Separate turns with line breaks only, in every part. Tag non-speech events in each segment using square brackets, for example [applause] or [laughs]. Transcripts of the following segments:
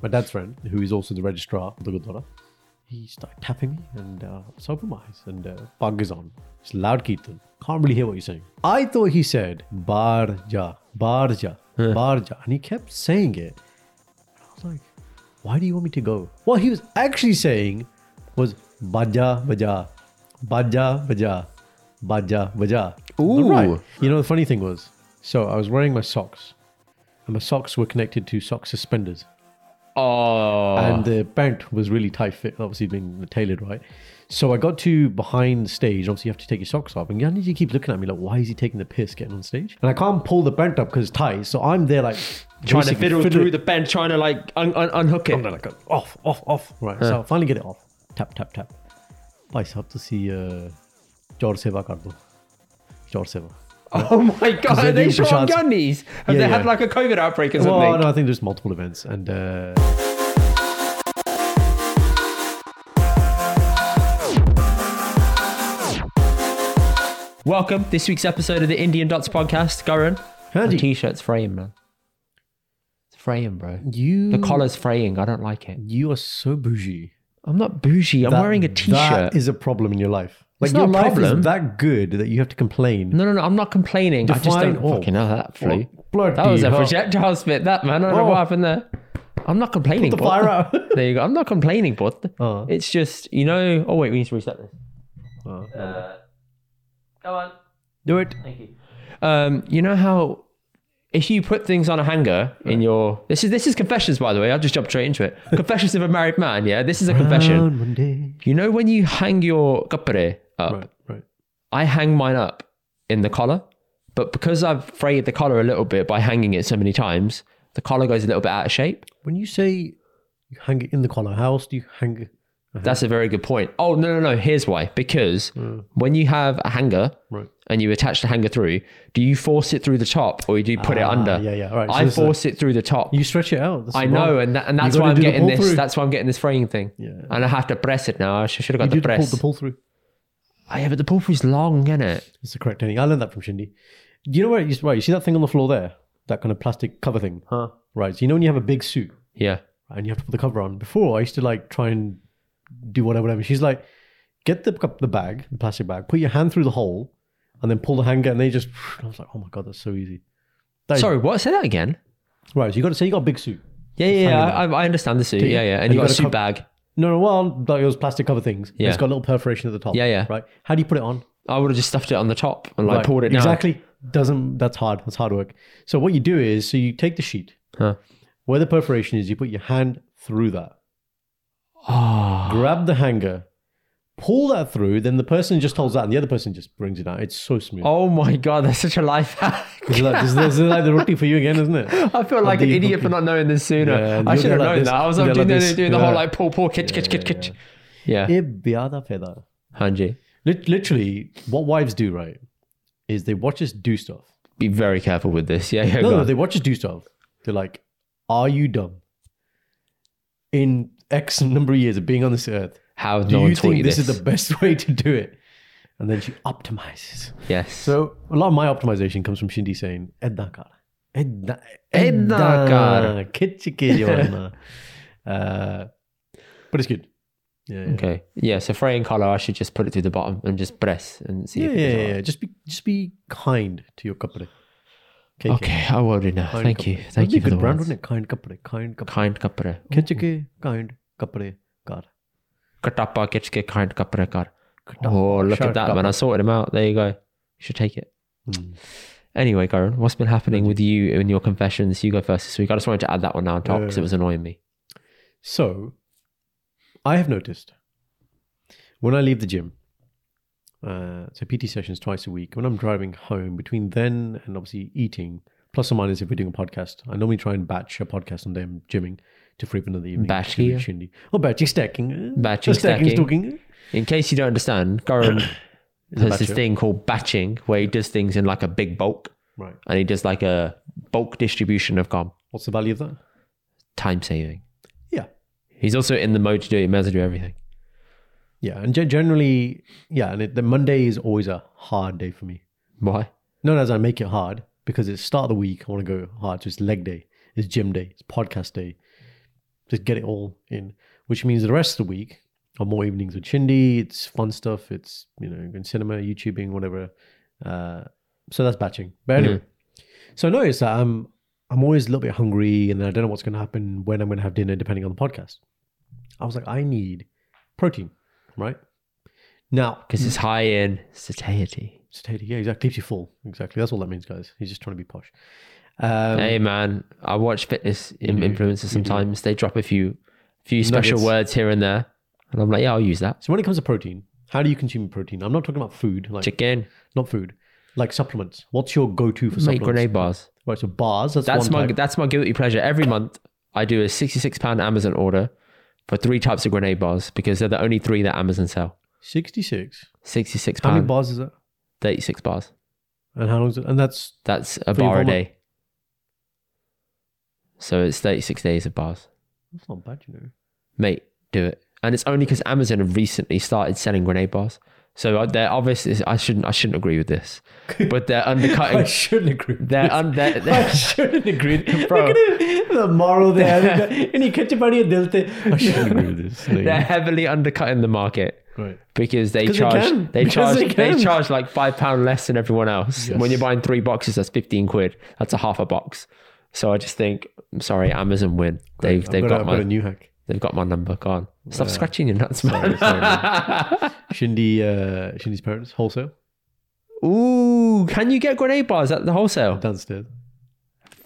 my dad's friend, who is also the registrar of the Gurdwara, he started tapping me and uh, so I opened my eyes and uh, pag is on. It's loud Keetan. Can't really hear what he's saying. I thought he said, Barja, Barja, Barja. And he kept saying it. I was like, why do you want me to go? What he was actually saying was Baja Baja. Baja Baja. Baja Baja.
Ooh.
You know the funny thing was, so I was wearing my socks. And my socks were connected to sock suspenders.
Oh.
And the pant was really tight fit, obviously being tailored, right? So I got to behind stage. Obviously, you have to take your socks off. And Yanni just keeps looking at me like, why is he taking the piss getting on stage? And I can't pull the pant up because it's tight. So I'm there like
trying to
basically
fiddle,
fiddling-
through the bend, trying to like un- un- unhook it.
I'm like, uh, off, off, off. Right. So I finally get it off. Tap, tap, tap. Bhai sahab, tusi uh, chaur seva kar do. Chaur seva.
oh [laughs] my god,
they
are they
do
shot on
Prashad's-
gun knees? Have
Yeah,
they had
yeah.
like a COVID outbreak or something?
Well, no, I think there's multiple events. And uh,
Welcome this week's episode of the Indian Dots podcast, Gurren.
Handy.
The t-shirt's fraying, man. It's fraying, bro.
you,
The collar's fraying. I don't like it.
you are so bougie.
I'm not bougie. I'm
That-
wearing a t-shirt.
That is a problem in your life. Like
not
your
a
life
problem.
is that good that you have to complain.
No, no, no. I'm not complaining. I just
Define
don't
all.
fucking know how that flew.
Oh, bloody
that was a
hell.
projectile spit. That man. I don't know
Oh.
what happened there. I'm not complaining.
the
bud. [laughs]
fire out.
there you go. I'm not complaining, but
Uh.
it's just you know. Oh wait, we need to reset this.
Uh,
Go on.
do it.
Thank you. Um, you know how if you put things on a hanger in your this is this is confessions by the way. I just jumped straight into it. Confessions of a married man. Yeah, this is a confession.
On Monday.
You know when you hang your kapare up,
Right, right.
I hang mine up in the collar, but because I've frayed the collar a little bit by hanging it so many times, the collar goes a little bit out of shape.
When you say you hang it in the collar, how else do you hang it?
That's a very good point. Oh no no no! Here's why. Because when you have a hanger
Right.
and you attach the hanger through, do you force it through the top or do you put it
Ah,
under?
yeah, yeah. All right, so
I
this is a-
force it through the top.
You stretch it out. That's
I
smart.
know, and that, and
You
that's
gotta
why I'm
do the
getting this.
pull-through.
That's why I'm getting this fraying thing.
Yeah.
And I have to press it now. I should have got
You do
the
the pull,
press.
the pull through.
oh, yeah, but the pull through's long, isn't it?
It's the correct technique. I learned that from Shindy. Do you know where it used right? You see that thing on the floor there? That kind of plastic cover thing.
Huh?
Right. So you know when you have a big suit
Yeah.
and you have to put the cover on. Before I used to like try and do whatever, whatever. She's like, get the the bag, the plastic bag, put your hand through the hole, and then pull the hanger, and they just. [sighs] I was like, oh my god, that's so easy. That is-
Sorry, what? Say that again.
Right. So you got to say you got a big suit.
Yeah, yeah, yeah.
Hanging
I, I understand the suit.
Do you-
Yeah, yeah. And,
and you
you got a
gotta
suit
co-
bag.
No, no, well, like those plastic cover things. and
Yeah.
It's got a little perforation at the top.
Yeah, yeah.
Right. How do you put it on?
I would have just stuffed it on the top and like
Right,
pulled it down.
Exactly. Doesn't that's hard. That's hard work. So what you do is so you take the sheet.
Huh.
Where the perforation is, you put your hand through that.
Oh,
Grab the hanger, pull that through, then the person just holds that and the other person just brings it out. It's so smooth.
oh my god, that's such a life hack. [laughs]
This is like, this, is- this is like the roti for you again, isn't it?
I feel like an
the-
idiot for not knowing this sooner.
Yeah, and
I
you'll
should have
go like
known
this,
that. I was
you'll go
up doing,
like
the
this.
doing the whole
Yeah.
like pull, pull, kitch, kitch, kitch, kitch. Yeah,
Eh, biada feda.
Hanji,
Lit- Literally, what wives do, right, is they watch us do stuff.
be very careful with this. Yeah, yeah.
No,
go
no,
on.
they watch us do stuff. They're like, "Are you dumb?" In X number of years of being on this earth,
How has
do
no one
you
taught
think
you
this?
this?
is the best [laughs] way to do it? And then she optimizes.
yes.
So a lot of my optimization comes from Shindy saying "Edna kar, edna,
Edna
edna
kar."
kar, kitchi kitchi
[laughs]
orna." Uh, But it's good. Yeah, yeah,
okay. Yeah. So fraying collar, I should just put it through the bottom and just press and see.
yeah,
if it
yeah,
goes
yeah. Just be, just be kind to your kapre.
out. Okay, I will do now.
Kind
Thank
kapre.
you.
That'd
Thank
be
you
a
for the
good brand,
brand,
wouldn't it? Kind kapre, kind kapre.
Kind kapre.
खिंच के kind कपड़े कार
Katapa kitchke kind kapre kar.
खटा-
Oh, look at
Shark
that, man. I sorted him out. There you go. You should take it.
Hmm.
Anyway, Goran, what's been happening with you in your confessions? You go first this week. I just wanted to add that one now on top
Yeah.
because it was annoying me.
So, I have noticed when I leave the gym, uh, so PT sessions twice a week, when I'm driving home, between then and obviously eating, plus or minus if we're doing a podcast, I normally try and batch a podcast on them gymming to free up another evening.
Batch
to do
here?
shindy. Oh, batching, stacking.
Batching, stacking.
stacking.
In case you don't
[coughs]
understand, Goran
a
has this
batcher.
thing called batching where he does things in like a big bulk
Right.
and he does like a bulk distribution of com.
What's the value of that?
Time saving.
Yeah.
He's also in the mode to do it. He may as well do everything.
Yeah. And gen- generally, yeah. And it, the Monday is always a hard day for me.
Why?
known as I make it hard because it's start of the week. I want to go hard. So it's leg day, it's gym day, it's podcast day. Just get it all in, which means the rest of the week are more evenings with Shindy. It's fun stuff. It's, you know, in cinema, YouTubing, whatever. Uh, so that's batching. But anyway, so I noticed that I'm, I'm always a little bit hungry and I don't know what's going to happen when I'm going to have dinner, depending on the podcast. I was like, I need protein, right? Now,
because it's high in satiety.
satiety, yeah, exactly. Keeps you full. Exactly. That's all that means, guys. He's just trying to be posh. Um,
hey man, I watch fitness im-
do,
influencers sometimes. They drop a few, few special
Nuggets.
words here and there, and I'm like, yeah, I'll use that.
So when it comes to protein, how do you consume protein? I'm not talking about food, like
Chicken,
not food, like supplements. What's your go-to for
make
supplements?
grenade bars.
Right, so bars. That's,
That's
one
my
type.
that's my guilty pleasure. Every month, I do a 66 pound Amazon order for three types of grenade bars because they're the only three that Amazon sell.
66.
66
How many
pound,
bars is that?
36 bars.
And how long is it? And that's
That's a
For your
bar a
vomit.
day. So it's 36 days of bars.
that's not bad, you know.
Mate, do it. And it's only because Amazon have recently started selling grenade bars. So they're obviously I shouldn't I shouldn't agree
[laughs]
with this, but they're
I
undercutting.
shouldn't agree. with
They're,
this.
un,
[laughs]
they're,
I
they're
shouldn't agree. [laughs]
Bro.
Look at him, the moral there. And he catch up out of your I [laughs] shouldn't agree with this. Like,
they're heavily undercutting the market.
right.
because they
'Cause they
charge
can.
they
Because
charge
they
they,
can.
charge like five pound less than everyone else.
Yes.
When you're buying three boxes, that's fifteen quid. That's a half a box. So I just think, I'm sorry, Amazon win. They've
I've
they've
got,
got,
I've
my
got a new hack.
they've got my number. Go on, stop scratching your nuts, man.
Shindy, uh, Shindy's parents, wholesale,
[laughs] Ooh, can you get grenade bars at the wholesale?
downstairs.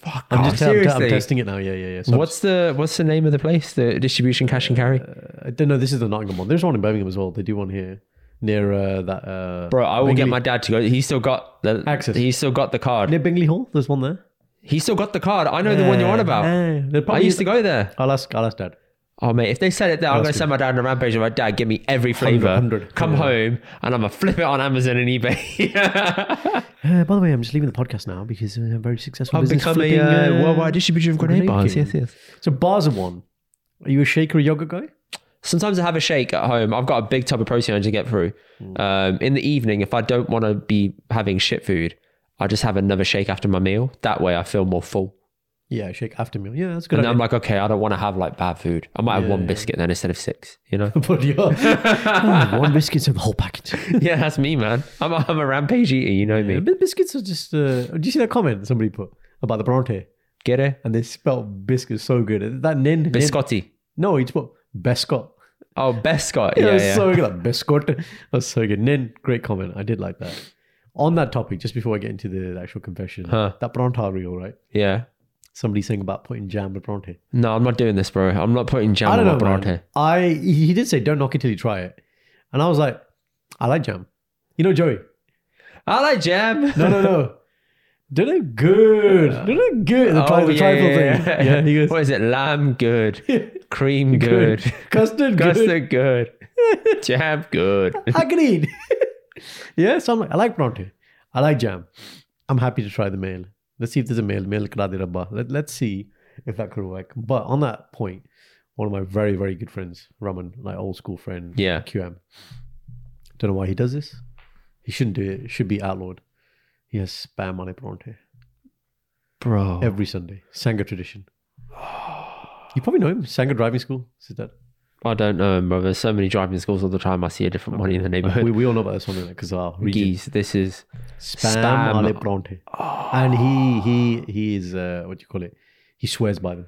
Fuck,
I'm
off,
just I'm,
Oh, seriously.
I'm testing it now. Yeah, yeah, yeah. So I'm
What's the what's the name of the place? The distribution cash and carry,
I don't know. This is the Nottingham one. There's one in Birmingham as well. They do one here near uh, that. Uh,
bro. I will get
Bingley-
my dad to go. He's still got the
Access.
He's still got the card.
near Bingley Hall. There's one there.
He's still got the card. I know the one you're on about. I used to go there.
I'll ask. I'll ask Dad.
Oh mate, if they said it there, I'm gonna send my dad on a rampage. And my dad, give me every flavor.
100,
Come
yeah.
home, and I'm gonna flip it on Amazon and [laughs] eBay.
Uh, by the way, I'm just leaving the podcast now because uh, I'm very successful.
I've
business
become a
flipping,
uh,
uh,
worldwide distributor of grenade
grenade
bars.
king.
Yes, yes.
So bars are one. Are you a shake or a yogurt guy?
Sometimes I have a shake at home. I've got a big tub of protein I need to get through.
Hmm.
Um, in the evening, if I don't want to be having shit food, I just have another shake after my meal. That way, I feel more full.
Yeah, shake after meal. Yeah, that's a good.
And
idea.
I'm like, okay, I don't want to have like bad food. I might have
Yeah,
one
yeah.
biscuit then instead of six. You know?
[laughs]
[laughs]
But yeah. Oh, one biscuit's in the whole packet.
yeah, that's me, man. I'm a, I'm a rampage eater. You know me.
But biscuits are just. Uh, do you see that comment somebody put about the Bronte?
Get it?
And they spelled biscuits so good. That nin. nin-
Biscotti.
No, he just put Bescott. [laughs]
Oh, Bescott.
Yeah,
Yeah,
was
yeah.
so good. Like, biscuit. [laughs] That was so good. Nin, great comment. I did like that. On that topic, just before I get into the actual confession,
Huh.
that Bronte reel, right?
yeah.
Somebody saying about putting jam with Bronte.
No, I'm not doing this, bro. I'm not putting jam
I
on
don't
my
know. man.
Bronte.
I he did say don't knock it till you try it, and I was like, I like jam. You know, Joey.
I like jam.
[laughs] No, no, no.
[laughs]
Did it good. Did it good. The,
Oh,
tri- the trifle thing. Yeah, he goes
[laughs] what is it? Lamb good.
[laughs]
Cream good.
custard. Good.
Custard good.
[laughs]
jam good.
Agreed. [laughs] yeah, so I'm like, I like Bronte. I like jam. I'm happy to try the mail. Let's see if there's a mail. Mail kara de rabba. Let, let's see if that could work. But on that point, one of my very, very good friends, Raman, like old school friend,
Yeah.
QM. Don't know why he does this. He shouldn't do it. It should be outlawed. He has spam on a Bronte
Bro.
every Sunday. Sangha tradition. You probably know him. Sangha driving school. Is that?
I don't know, bro. There's so many driving schools all the time. I see a different one in
We,
the neighborhood.
we all know about this one because our region.
Geez, this is.
Spam,
Spam.
Ale Bronte. And he he he is uh, what do you call it? He swears by them.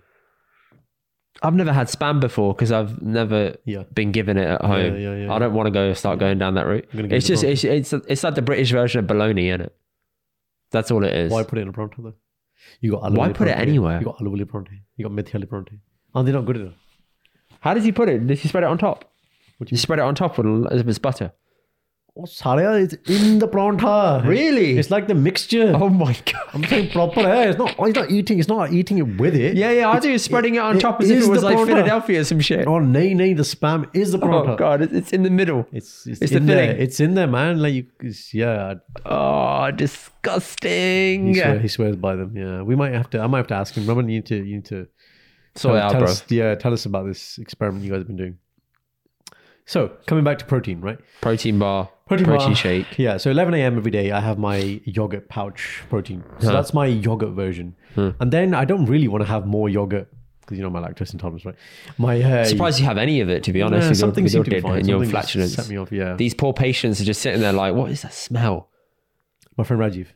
I've never had spam before because I've never
Yeah.
been given it at home.
yeah, yeah,
I don't want to go start going down that route.
gonna give
It's
it a
just
go.
it's, it's it's like the British version of bologna, isn't it? That's all it is.
Why put it in a Bronte though? You got Alu
Why
Ale
put it
Bronte,
anywhere?
You got Alu Ale Bronte. You got Methi Ale Bronte. Are they not good enough?
How does he put it? Did he spread it on top?
What do
You spread it on top with a little bit of butter.
Oh, Saraya is in the Bronte.
Really?
It's like the mixture.
Oh my god.
I'm saying proper. eh? It's not. It's not eating. It's not like eating it with it.
Yeah, yeah. I do spreading it on
it
top as if
is
it was
the
like
Bronte.
Philadelphia or some shit.
Oh nay nay, the spam is the Bronte.
Oh god, it- it's in the middle.
It's it's,
It's the
in there.
filling.
It's in there, man. Like you, it's, yeah.
Oh, disgusting.
He, swear, he swears by them. Yeah, we might have to. I might have to ask him. Roman, you need to. You need to.
Sort it
tell,
out,
tell
bro.
us, yeah, tell us about this experiment you guys have been doing. So coming back to protein, right?
Protein bar.
Protein, bar. [laughs]
shake.
Yeah. So 11 a.m. every day, I have my yogurt
Hmm.
pouch protein. So that's my yogurt version. And then I don't really want to have more yogurt because you know my lactose intolerance, right? My uh,
Surprised you have any of it, to be honest.
yeah,
with your-
something
with your,
seemed to be
did
fine.
and your
Something just
flatulence.
set me off. Yeah,
These poor patients are just sitting there like, what is that smell?
my friend Rajiv,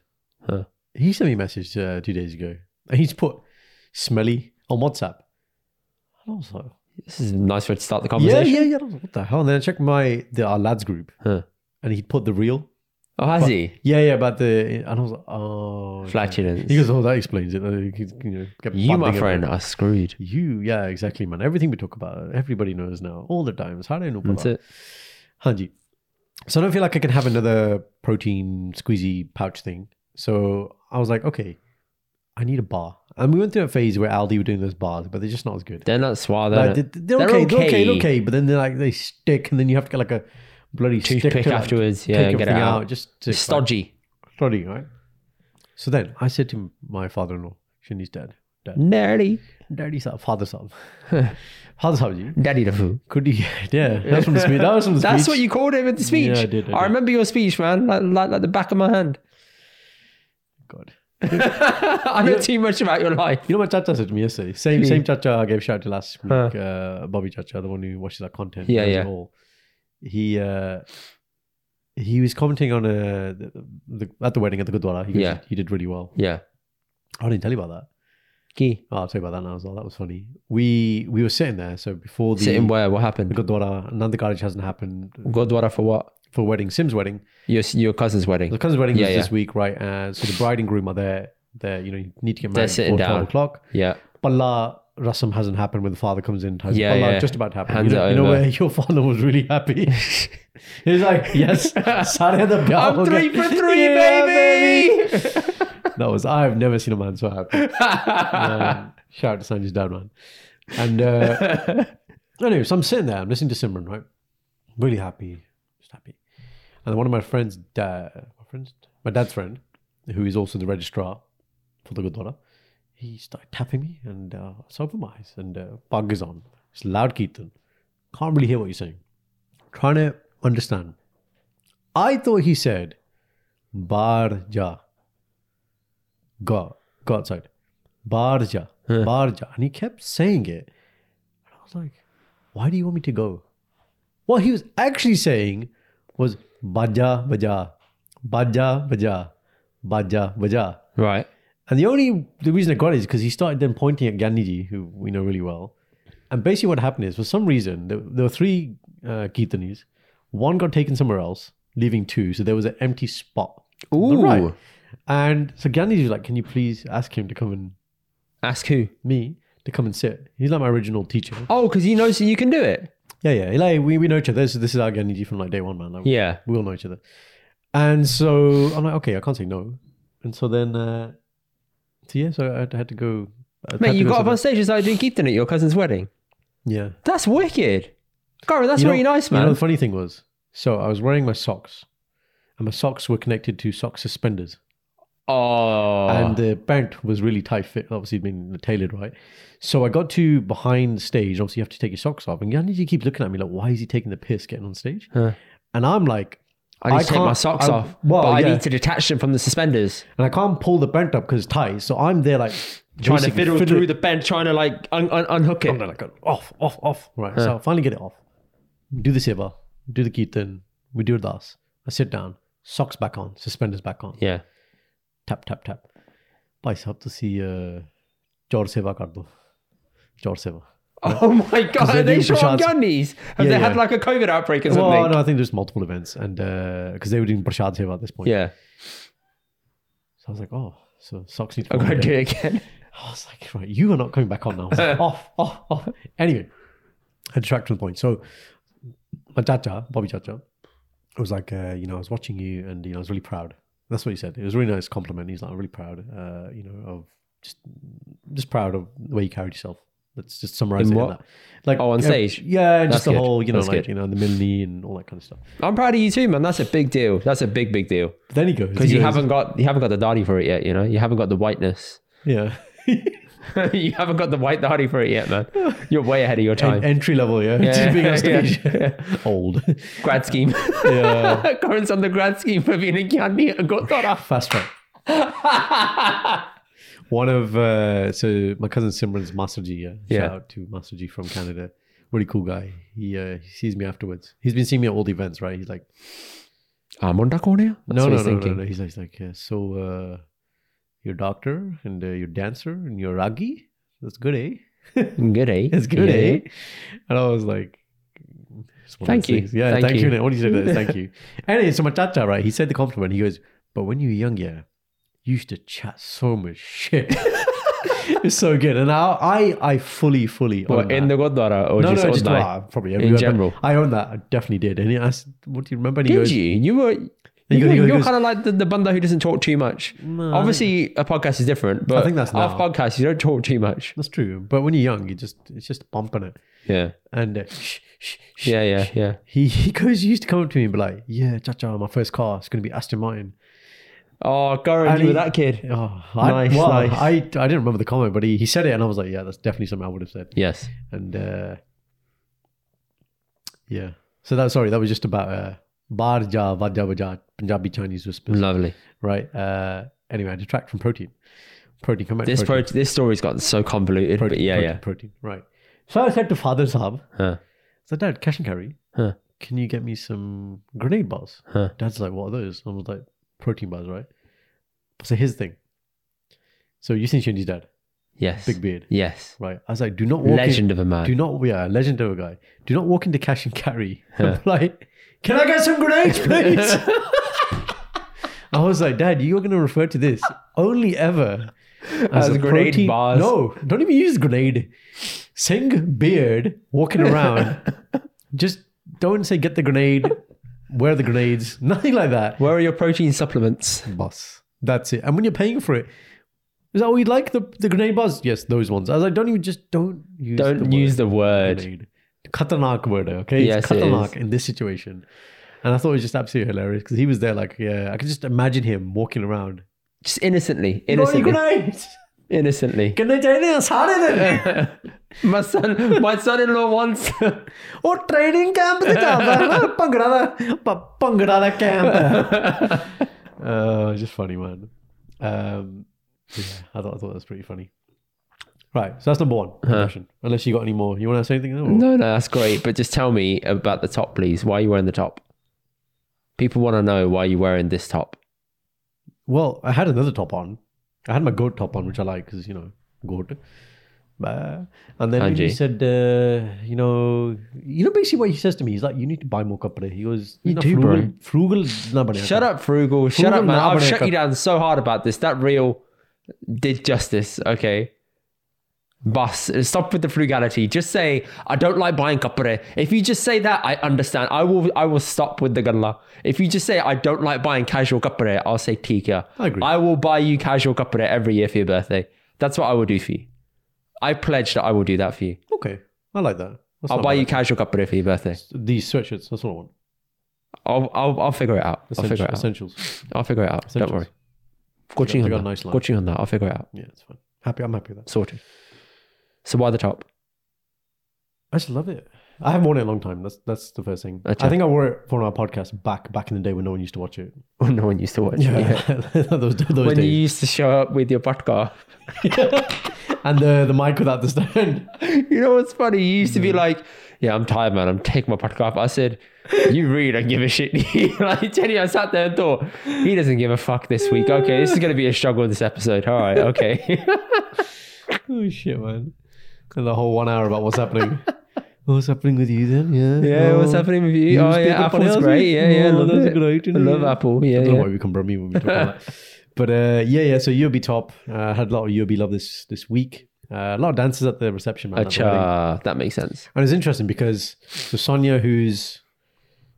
Huh.
he sent me a message uh, two days ago, and he's put smelly on WhatsApp. And I was like,
This is a nice way to start the
yeah,
conversation.
yeah, yeah. I was like, What the hell? And then I checked my the, our lads group,
Huh.
and he put the real.
Oh, has he?
Yeah, yeah, about the and I was like, oh, okay.
Flatulence.
He goes, oh, that explains it. And he, You, know, kept
You, my
bugging him.
friend, are screwed.
You, yeah, exactly, man. Everything we talk about, everybody knows now, all the time. It's hard to know.
That's it.
Hanji. So I don't feel like I can have another protein squeezy pouch thing. So I was like, okay, I need a bar. And we went through a phase where Aldi were doing those bars, but they're just not as good.
They're not suave. They're
Like,
not-
they- they're,
uh, they're
okay, they're okay, they're
okay.
okay, but then they're like they stick, and then you have to get like a bloody stick
toothpick
to, like,
afterwards.
take
Yeah, and get it
everything
out.
Just to, like,
Stodgy.
studying, right? So then I said to my father in law, Shini's dad, dad,
Nerdy.
daddy saab, father
[laughs]
saab, father saab ji,
Daddy the fool.
could he, [laughs] yeah, that's
[laughs]
from the speech. That was from the
That's
speech.
what you called him at the speech.
Yeah, I did, I did.
remember your speech, man. Like, like, like the back of my hand. [laughs]
God.
I know too much about your life.
You know what Chacha said to me yesterday? Same, same Chacha I gave shout out to last week,
Hmm. Huh.
uh, Bobby Chacha, the one who watches our content.
Yeah,
does it
yeah.
all. He, uh, he was commenting on uh, the, the, at the wedding at the Gurdwara. He goes,
Yeah.
He did really well.
Yeah.
I didn't tell you about that.
Key.
Oh, I'll tell you about that now as well. That was funny. We we were sitting there. So before the
Sitting where? What
the
happened?
Gurdwara, Nanda College hasn't happened
Godwara for what?
for wedding, Sim's wedding.
Your your cousin's wedding.
The cousin's wedding
Yeah,
is this week, right? And so the bride and groom are there. They're, you know, you need to get
They're
married
sitting
before 12
down.
o'clock.
[laughs] Yeah.
Palla Rasam hasn't happened when the father comes in. Has
Yeah,
Palla
yeah.
just about happened.
Hands
you know,
it
you know
over.
where your father was really happy.
[laughs]
He's like, yes, Sarah the
I'm three for
[laughs]
three, baby.
That was, I've never seen a man so happy. Um, shout out to Sanjay's dad, man. And uh, anyway, so I'm sitting there, I'm listening to Simran, right? Really happy, just happy. And one of my friends, dad, my friend's, my dad's friend, who is also the registrar for the Gurdwara, he started tapping me and uh, so I opened my eyes and uh, pug is on. It's loud Keaton. Can't really hear what you're saying. Trying to understand. I thought he said, Bar ja. Go, go outside. Bar ja.
Huh.
Bar ja. And he kept saying it. And I was like, why do you want me to go? What he was actually saying was baja baja, baja baja, baja baja.
Right.
And the only the reason I got it is because he started then pointing at Gandhiji, who we know really well. And basically, what happened is, for some reason, there, there were three uh, Kirtanis. One got taken somewhere else, leaving two. So there was an empty spot. on the
Ooh.
right. And so Gandhiji was like, "Can you please ask him to come and
Ask who?
me to come and sit?" He's like my original teacher.
Oh, because he knows that you can do it.
Yeah, yeah. Like we, we know each other. This, this is our Gandhiji from like day one, man. Like,
Yeah.
we all know each other. And so I'm like, okay, I can't say no. And so then, uh, so yeah, so I had- had to go. I had
Mate,
to
you
go
got up
somewhere.
on stage and started doing Keaton at your cousin's wedding.
Yeah.
That's wicked. Gary, that's
You know-
really nice, man.
You know, the funny thing was, so I was wearing my socks, and my socks were connected to sock suspenders,
oh.
and the pant was really tight fit. Obviously, it'd been tailored right. So I got to behind stage. Obviously, you have to take your socks off, and Yanni keeps looking at me like, "Why is he taking the piss getting on stage?"
Huh.
And I'm like,
I need
I
to take my
can't-
socks
I-
off.
well,
but
yeah.
I need to detach them from the suspenders.
and I can't pull the pant up because tight. So I'm there like
[laughs] Trying to
basically
fiddle,
fiddling-
through the bench, trying to like un- un- unhook
I'm [laughs]
it.
there like off, off, off. Right. So I finally get it off. Do the seva, do the kirtan, we do das. I sit down, socks back on, suspenders back on.
Yeah.
tap tap tap ਭਾਈ ਸਾਹਿਬ ਤੁਸੀਂ ਅਹ, ਚੌਰ ਸੇਵਾ ਕਰ ਦਿਓ ਚੌਰ ਸੇਵਾ
[laughs] Oh
[laughs]
my god,
they
are they
do
short on
prashads.
gunnies? Have
Yeah,
they had
yeah.
like a COVID outbreak or something?
well no I think there's multiple events and because they were doing prashad seva at this point
Yeah.
so I was like oh so socks need to
I'm
come
going
on
to do
again.
it again. [laughs]
I was like right you are not coming back on now I was like, off off off anyway I detract from the point so my chacha Bobby chacha I was like uh, you know I was watching you and you know I was really proud that's what he said it was a really nice compliment he's like I'm really proud uh, you know of just just proud of the way you carried yourself let's just summarize
In
it in
what?
that like
Oh, on
yeah,
stage?
yeah and just
That's
the
good.
whole you know
That's
like
good.
you know the middle knee and all that kind of stuff
I'm proud of you too, man. That's a big deal. That's a big, big deal.
but then he goes
Because
he
you
goes,
haven't got you haven't got the daddy for it yet, you know? You haven't got the whiteness. [laughs]
yeah [laughs]
you haven't got the white daddy for it yet, man. You're way ahead of your time.
[laughs] En- entry level yeah, just being on
yeah,
stage [laughs] old
grad scheme. [laughs]
Yeah.
Current's [laughs] on the grad scheme for being a Gandhi and got
fast track One of uh, so my cousin Simran's Master G. Yeah,
Yeah.
shout out to Master G from Canada. Really cool guy. He uh, he sees me afterwards. He's been seeing me at all the events, right? He's like,
I'm on that corner. That's
Ah, no, no,
what he's
no, no,
thinking.
no. He's like, he's like uh, so uh, you're a doctor and uh, you're a dancer and you're a ragi. That's good, eh?
Good, eh?
It's good,
Yeah.
eh? And I was like, it's one of
Thank
those
you.
things. Yeah, thank,
Thank
you.
you.
What do you say? to that? Thank
[laughs]
you. Anyway, so my tata, right? He said the compliment. He goes, but when you were young, yeah, you used to chat so much shit. [laughs] it's so good. And I, I, I fully, fully.
What,
own
in
that.
the Goddara or
no,
just,
no,
on
just
that?
well, probably everywhere, but
general.
I own that. I definitely did. And he asked, "What do you remember?" And he
Did
goes,
you? You were.
He
You,
goes- he
are
goes-
kind of like the, the bunda who doesn't talk too much.
No,
Obviously, a podcast is different, but
I think that's
off
now.
podcast you don't talk too much.
"That's true." But when you're young, you just it's just pumping it.
Yeah,
And uh, shh, shh, shh,
yeah, yeah, yeah.
He [laughs] he goes. He used to come up to me and be like, "Yeah, cha cha, my first car is going to be Aston Martin."
Oh, Goran,
And
you were
he-
that kid.
Oh, I,
Nice,
well,
nice.
I, I didn't remember the comment, but he, he said it, and I was like, yeah, that's definitely something I would have said.
Yes.
And uh, yeah, so that sorry, that was just about uh, barja vaja vaja Punjabi Chinese whispers,
Lovely.
right? Uh, anyway, I detract from protein. Protein, come back.
This pro-
protein,
this story's gotten so convoluted,
protein,
but yeah,
protein, protein, right? So I said to father Saab,
yeah. Huh.
so dad, cash and carry.
Huh.
Can you get me some grenade bars?
Huh.
Dad's like, what are those? I was like, protein bars, right? So here's the thing. So you seen Shinji's dad,
Yes.
big beard.
Yes.
Right. I was like, do not walk.
Legend of a
In, do
man.
not. Yeah, legend of a guy. Do not walk into cash and carry. [laughs]
Yeah.
like, can I get some grenades,
[laughs]
please? I was like, Dad, you're going to refer to this only ever as,
As
a
grenade
protein-
bars.
No, don't even use grenade. Sing beard walking
[laughs]
around. Just don't say get the grenade, wear the grenades, [laughs] nothing like that.
Where are your protein supplements?
Boss. That's it. And when you're paying for it, is that what you'd like? The the grenade bars? Yes, those ones. I was like, don't even just don't use
Don't
the
use
word
the word.
grenade. Khatanak word, okay?
Yes,
it's
it is.
khatanak in this situation. And I thought it was just absolutely hilarious because he was there like, yeah, I could just imagine him walking around.
Just innocently,
"You got any
innocently,
grenades?
innocently.
Can I tell you it's harder than [laughs]
my son, my son-in-law once.
ਉਹ training camp ਤੇ ਜਾਂਦਾ ਹੈ ਨਾ ਭੰਗੜਾ ਦਾ ਭ- ਭੰਗੜਾ ਦਾ [laughs] camp ਹੈ Oh, just funny man um yeah, I thought I thought that's pretty funny right so that's number one impression unless you got any more you want to say anything else?
No, no, that's great. But just tell me about the top, please. Why are you wearing the top? People want to know why you're wearing this top.
well I had another top on I had my goat top on which I like because you know goat Bah. and then
Hanji.
he said uh, you know you know basically what he says to me he's like you need to buy more kapde he goes you
do, bro.
frugal, frugal na banega
Shut up, Frugal. Shut
Frugal
up, man.
now,
I've
but I
shut
can-
you down so hard about this. That reel did justice. Okay. Boss, stop with the frugality. Just say I don't like buying kapre. If you just say that, I understand. I will. I will stop with the galla. If you just say I don't like buying casual kapre, I'll say tika.
I agree.
I will buy you casual kapre every year for your birthday. That's what I will do for you. I pledge that I will do that for you.
okay I like that That's
I'll
not
buy
bad.
you casual kapre for your birthday.
these sweatshirts. That's what I want.
I'll. I'll. I'll figure it out. I'll
Essential,
figure it out.
essentials.
I'll figure it out. Don't
Essentials.
worry.
They
Coaching
got-
on
they got
that.
a nice line.
Coaching on that. I'll figure it out.
Yeah, it's fine. Happy. I'm happy with that.
Sorted. So why the top? [laughs]
I just love it. I haven't worn it in a long time. That's that's the first thing.
Gotcha.
I think I wore it for our podcast back back in the day when no one used to watch it.
When no one used to watch.
[laughs] those, those
When you
days.
used to show up with your podcast.
[laughs] and the the mic without the stand.
[laughs] You know what's funny? You used to
Mm-hmm.
be like, yeah, I'm tired, man. I'm taking my podcast off. I said, you really don't give a shit. [laughs] like, Jenny, I sat there and thought, he doesn't give a fuck this week. Okay, this is going to be a struggle this episode. All right, okay. [laughs]
oh shit, man! And the whole one hour about what's happening. [laughs] what's happening with you then? Yeah.
yeah, what's
Oh,
happening with you?
you
oh,
speak
yeah,
up on
Apple's
ours,
great. Yeah, yeah,
Oh,
love
that's
it.
great,
I
isn't
lome
it?
Apple. Yeah,
I don't know
yeah.
why we come from me when we talk about that. But uh, yeah, yeah. So UOB top. Uh, I had a lot of UOB love this this week. Uh, a lot of dancers at the reception, man. at the wedding.
Acha, that makes sense.
And it's interesting because so Sonia, who's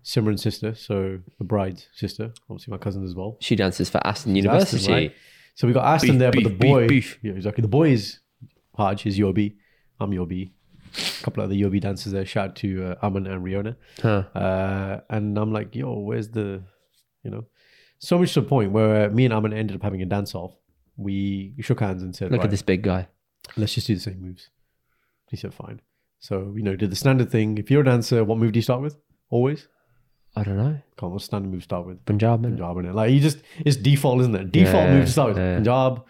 Simran's sister, so the bride's sister, obviously my cousin as well.
She dances for Aston
She's Aston,
University.
right? So we got Aston
Beef,
there,
beef,
but the boy,
beef, beef.
yeah, exactly. The boy is Haj, is Yobi. I'm Yobi. A couple of other Yobi dancers there. Shout out to uh, Aman and Riona.
Huh.
Uh, and I'm like, yo, where's the, you know, so much to the point where me and Aman ended up having a dance off. We shook hands and said,
Look
right,
at this big guy.
let's just do the same moves. He said, fine. So, you know, did the standard thing. If you're a dancer, what move do you start with? Always?
I don't know.
Come on, what's standard move to start with?
Punjab, man.
Punjab in it. Like you just it's default, isn't it? Default
Yeah,
move to start with
yeah.
Punjab.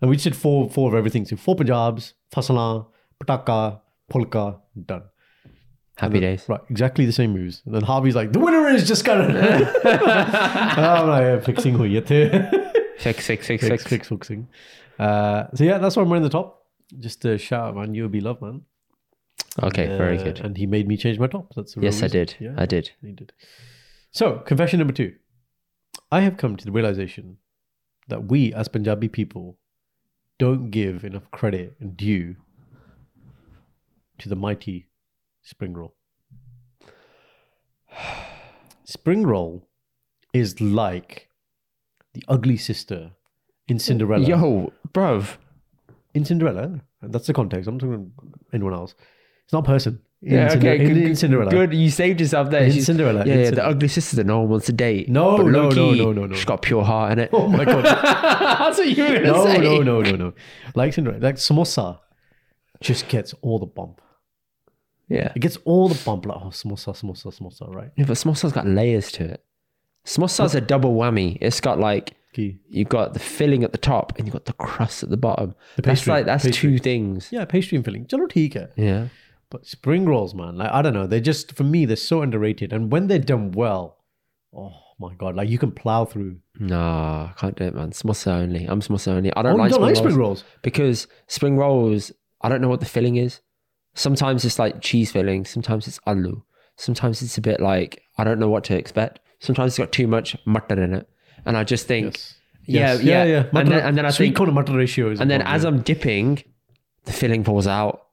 And we just did four, four of everything. So four Punjabs, Fasalan, Pataka, Polka, done. [laughs]
Happy days.
Right, exactly the same moves. And then Harvey's like, the winner is just
[laughs]
gonna. I'm like, yeah, fixing who you
Six, six, six,
Fix,
six.
fix, fixing. Uh, so yeah, that's why I'm wearing the top. Just a shout out, man. You'll be loved, man.
Okay, very
Uh,
good.
And he made me change my top. That's the real
Yes, I
reason.
did.
Yeah,
I did.
he did. So, confession number two. I have come to the realization that we as Punjabi people don't give enough credit and due to the mighty spring roll. [sighs] Spring roll is like the ugly sister in Cinderella
Yo, bruv.
in Cinderella, and that's the context. I'm not talking about anyone else. It's not a person. In,
Yeah,
Cinder-
okay,
in-
good,
in Cinderella.
good. You saved yourself there.
In
She's-
Cinderella,
Yeah,
in
yeah, the
Cinderella.
ugly sister that no one wants to date.
No,
But
no,
low-key,
no, no, no, no.
She's got pure heart in it.
Oh my god.
[laughs] That's what you were [laughs] gonna
No,
say.
no, no, no, no. Like Cinderella, like samosa, just gets all the bump.
Yeah.
It gets all the bump. Like oh, samosa, samosa, samosa, right?
Yeah, but samosa's got layers to it. Samosa's a double whammy. It's got like
Okay.
you got the filling at the top and you got the crust at the bottom.
The
that's
pastry,
like that's
pastry.
two things.
Yeah, pastry and filling. Chalo theek hai.
Yeah.
But spring rolls, man, like I don't know, they're just for me they're so underrated. And when they're done well, oh my god, like you can plow through.
Nah, I can't do it, man. Samosa only. I'm samosa only. I
Oh,
don't
you
like,
don't
spring,
like spring
rolls
rolls?
because spring rolls. I don't know what the filling is. Sometimes it's like cheese filling. Sometimes it's aloo. Sometimes it's a bit like I don't know what to expect. Sometimes it's got too much mutter in it, and I just think
Yes.
Yeah,
Yes.
yeah.
yeah.
And then- and then I
sweet
think-
corn and mutton ratio is
And then
important,
as
yeah.
I'm dipping, the filling falls out.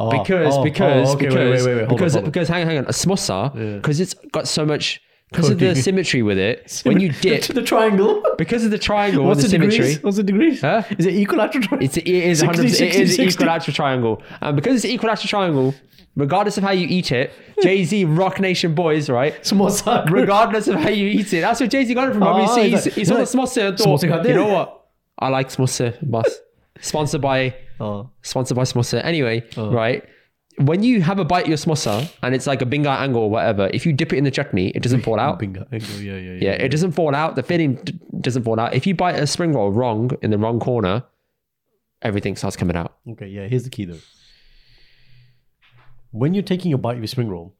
Oh,
Because,
oh,
because,
oh, okay, wait, wait,
because,
wait, wait, hold on,
because,
hold on.
because, hang on, hang on. A smossa,
Yeah.
because it's got so much, because of the
Coating.
symmetry
[laughs]
with it, when you dip,
to the triangle.
because of the triangle
What's the,
and the,
degrees?
symmetry,
What's the degrees?
Huh?
Is it equilateral? triangle?
it's, it is
60,
100%, it is
60.
an equilateral triangle. And because it's an equilateral triangle, regardless of how you eat it, Jay Z, Rock Nation boys, right?
Samosa.
[laughs] Regardless of how you eat it. That's what Jay Z got it from.
Ah,
obviously,
he's
he's,
like-
he's on a
he's like,
smossa and
"Samosa got
thought, you know
this."
what? I like smossa, boss. Sponsored by
Oh,
sponsored by Smossa. Anyway, right? When you have a bite of your Smossa and it's like a binga angle or whatever, if you dip it in the chutney, it doesn't fall
[laughs]
out.
Ah, bingo. bingo. Yeah, yeah, yeah.
Yeah, it doesn't fall out. The filling d- doesn't fall out. If you bite a spring roll wrong in the wrong corner, everything starts coming out.
Okay, yeah, here's the key though. When you're taking a bite of your spring roll,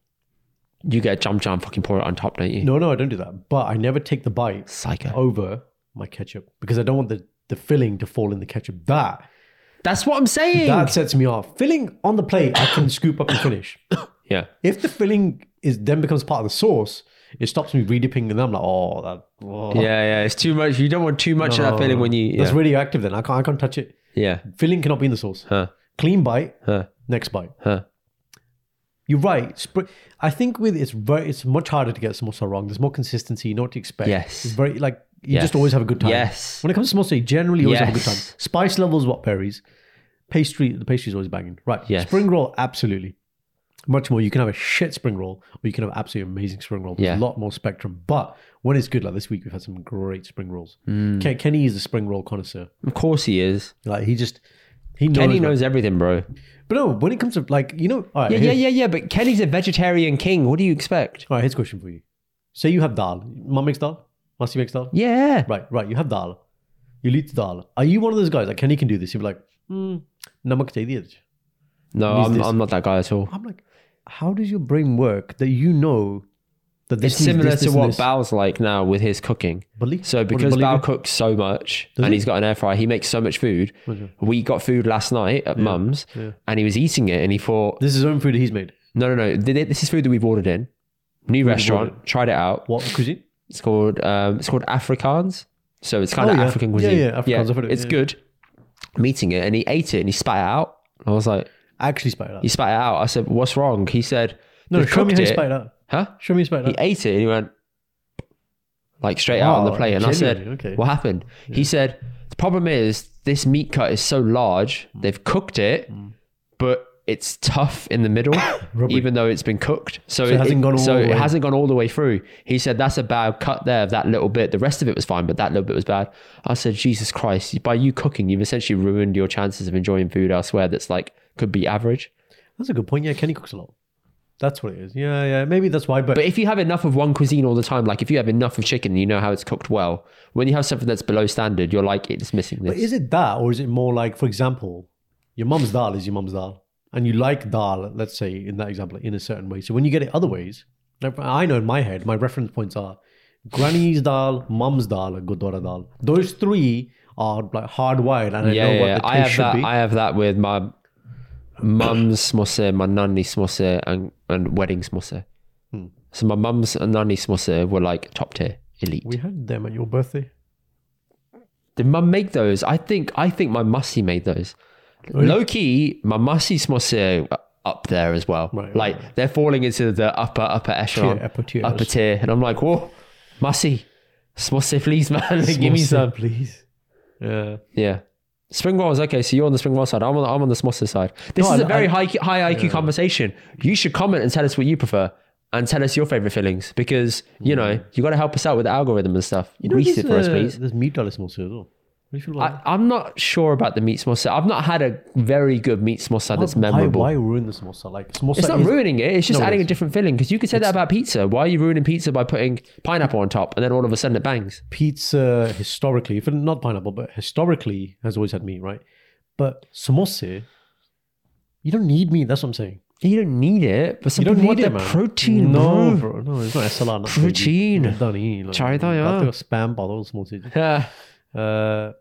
You get a jump jam, fucking pour it on top, don't you?
no, no, I don't do that. But I never take the bite
Psycho.
over my ketchup because I don't want the, the filling to fall in the ketchup. That
That's what I'm saying.
that sets me off. Filling on the plate, I can scoop up and
[coughs]
finish.
yeah.
If the filling is then becomes part of the sauce, it stops me redipping, and then I'm like, oh, that, oh.
Yeah, yeah. It's too much. You don't want too much of that filling when you.
That's
Yeah.
radioactive then. I can't, I can't touch it.
yeah.
Filling cannot be in the sauce.
Huh.
Clean bite,
Huh.
next bite.
Huh.
You're right. Spr- I think with it's very, it's much harder to get samosa wrong. There's more consistency. You know what to expect.
Yes.
It's very like you
Yes.
just always have a good time.
Yes.
When it comes to samosa, you generally always have a good time.
Yes.
Spice levels what varies. Pastry, the pastry's always banging. Right.
Yes.
Spring roll, absolutely. Much more. You can have a shit spring roll, or you can have absolutely amazing spring roll. There's a
Yeah.
lot more spectrum. But when it's good, like this week, we've had some great spring rolls.
Hmm.
Ken- Kenny is a spring roll connoisseur.
Of course he is.
Like he just he knows.
Kenny
man.
knows everything, bro.
But no, when it comes to like you know, all right,
Yeah,
here-
yeah, yeah, yeah. But Kenny's a vegetarian king. What do you expect?
All right, here's a question for you. Say you have dal. Mum makes dal. Masi makes dal.
Yeah.
Right, right. You have dal. You eat the dal. Are you one of those guys like Kenny can do this? You'd be like, hmm, namak chahiye aaj."
No,
Means
I'm,
this-
I'm not that guy at all.
I'm like, how does your brain work that you know that this
It's
needs
similar
this,
to
this,
what
and this?
Bao's like now with his cooking.
Bali?
So
What do you
because
believe
Bao
in?
cooks so much
Does
and
he?
he's got an air fryer, he makes so much food.
Okay.
We got food last night at Mum's
yeah.
and he was eating it and he thought,
this is his own food that he's made.
no, no, no, th- th- this is food that we've ordered in. New restaurant, tried it out.
What cuisine?
It's called um, it's called Afrikaans. So it's kind of
Oh, yeah.
African
Yeah,
cuisine.
yeah, Afrikaans, I've heard of it,
It's
yeah.
good. I'm eating it and he ate it and he spat it out. I was like,
I actually spat it out.
he spat it out. I said, what's wrong? He said,
no,
"They
show me how
cooked
you
it."
spat it out.
Huh?
Show me you spat it
he
out.
ate it and he went like straight out on the
Wow,
plate. And I said,
Oh, genuinely, okay.
What happened? He said, The problem is this meat cut is so large,
Mm.
they've cooked it, but it's tough in
[coughs]
the middle,
Rubbery.
even though it's been cooked. So, it,
hasn't gone all
so
the
it
way.
hasn't gone all the way through. He said, That's a bad cut there of that little bit. The rest of it was fine, but that little bit was bad. I said, Jesus Christ, by you cooking, you've essentially ruined your chances of enjoying food elsewhere that's like could be average.
That's a good point. Yeah, Kenny cooks a lot. That's what it is. Yeah, yeah. Maybe that's why. But,
But if you have enough of one cuisine all the time, like if you have enough of chicken and you know how it's cooked well, when you have something that's below standard, you're like, it's missing
but
this.
is it that, or is it more like, for example, your mum's dal is your mum's dal, and you like dal, let's say in that example, in a certain way. So when you get it other ways, like I know in my head, my reference points are granny's dal, mum's dal, and Godora dal. Those three are like hardwired, and I
yeah,
know
yeah,
what
yeah.
the taste
I have
should
that.
be.
I have that with my mum's smosse, my nanny's smosse, and and wedding smosse.
Hmm.
So my mum's and nanny's smosse were like top tier, elite.
we had them at your
[laughs]
birthday.
Did mum make those? I think I think my mussy made those. Low key, my mussy's smosse up there as well.
Right, right,
like they're falling into the upper upper echelon,
upper tiers.
upper tier, and I'm like, whoa, mussy, smosse, please, man, [laughs] give me
Samosa,
some.
please. Yeah.
[laughs] Yeah. Spring rolls, okay. So you're on the spring roll side. I'm on the, I'm on the smossa side. This
No,
is
I-
a very
I-
high high IQ conversation. You should comment and tell us what you prefer and tell us your favorite fillings because
Mm.
you know you got to help us out with the algorithm and stuff.
You know,
Grease
there's,
it for us,
uh,
please.
There's meat dal is more so, though. What do you feel about
I, I'm not sure about the meat smossa. I've not had a very good meat smossa that's
Why-
memorable.
Why, ruin the samosa? Like samosa
it's not
is,
ruining it. It's just
No,
adding a
it's-
different filling because you could say that about pizza. Why are you ruining pizza by putting pineapple on top and then all of a sudden it bangs?
pizza historically, if not pineapple, but historically has always had meat, right? But samosa, you don't need meat. That's what I'm saying.
You don't need it, but some
You don't
people want
need it,
their
man.
protein.
no,
bro.
bro. no, it's not SLR. Not
Protein.
Like,
Try that, yeah.
I think spam by those samosa.
Yeah.
Uh,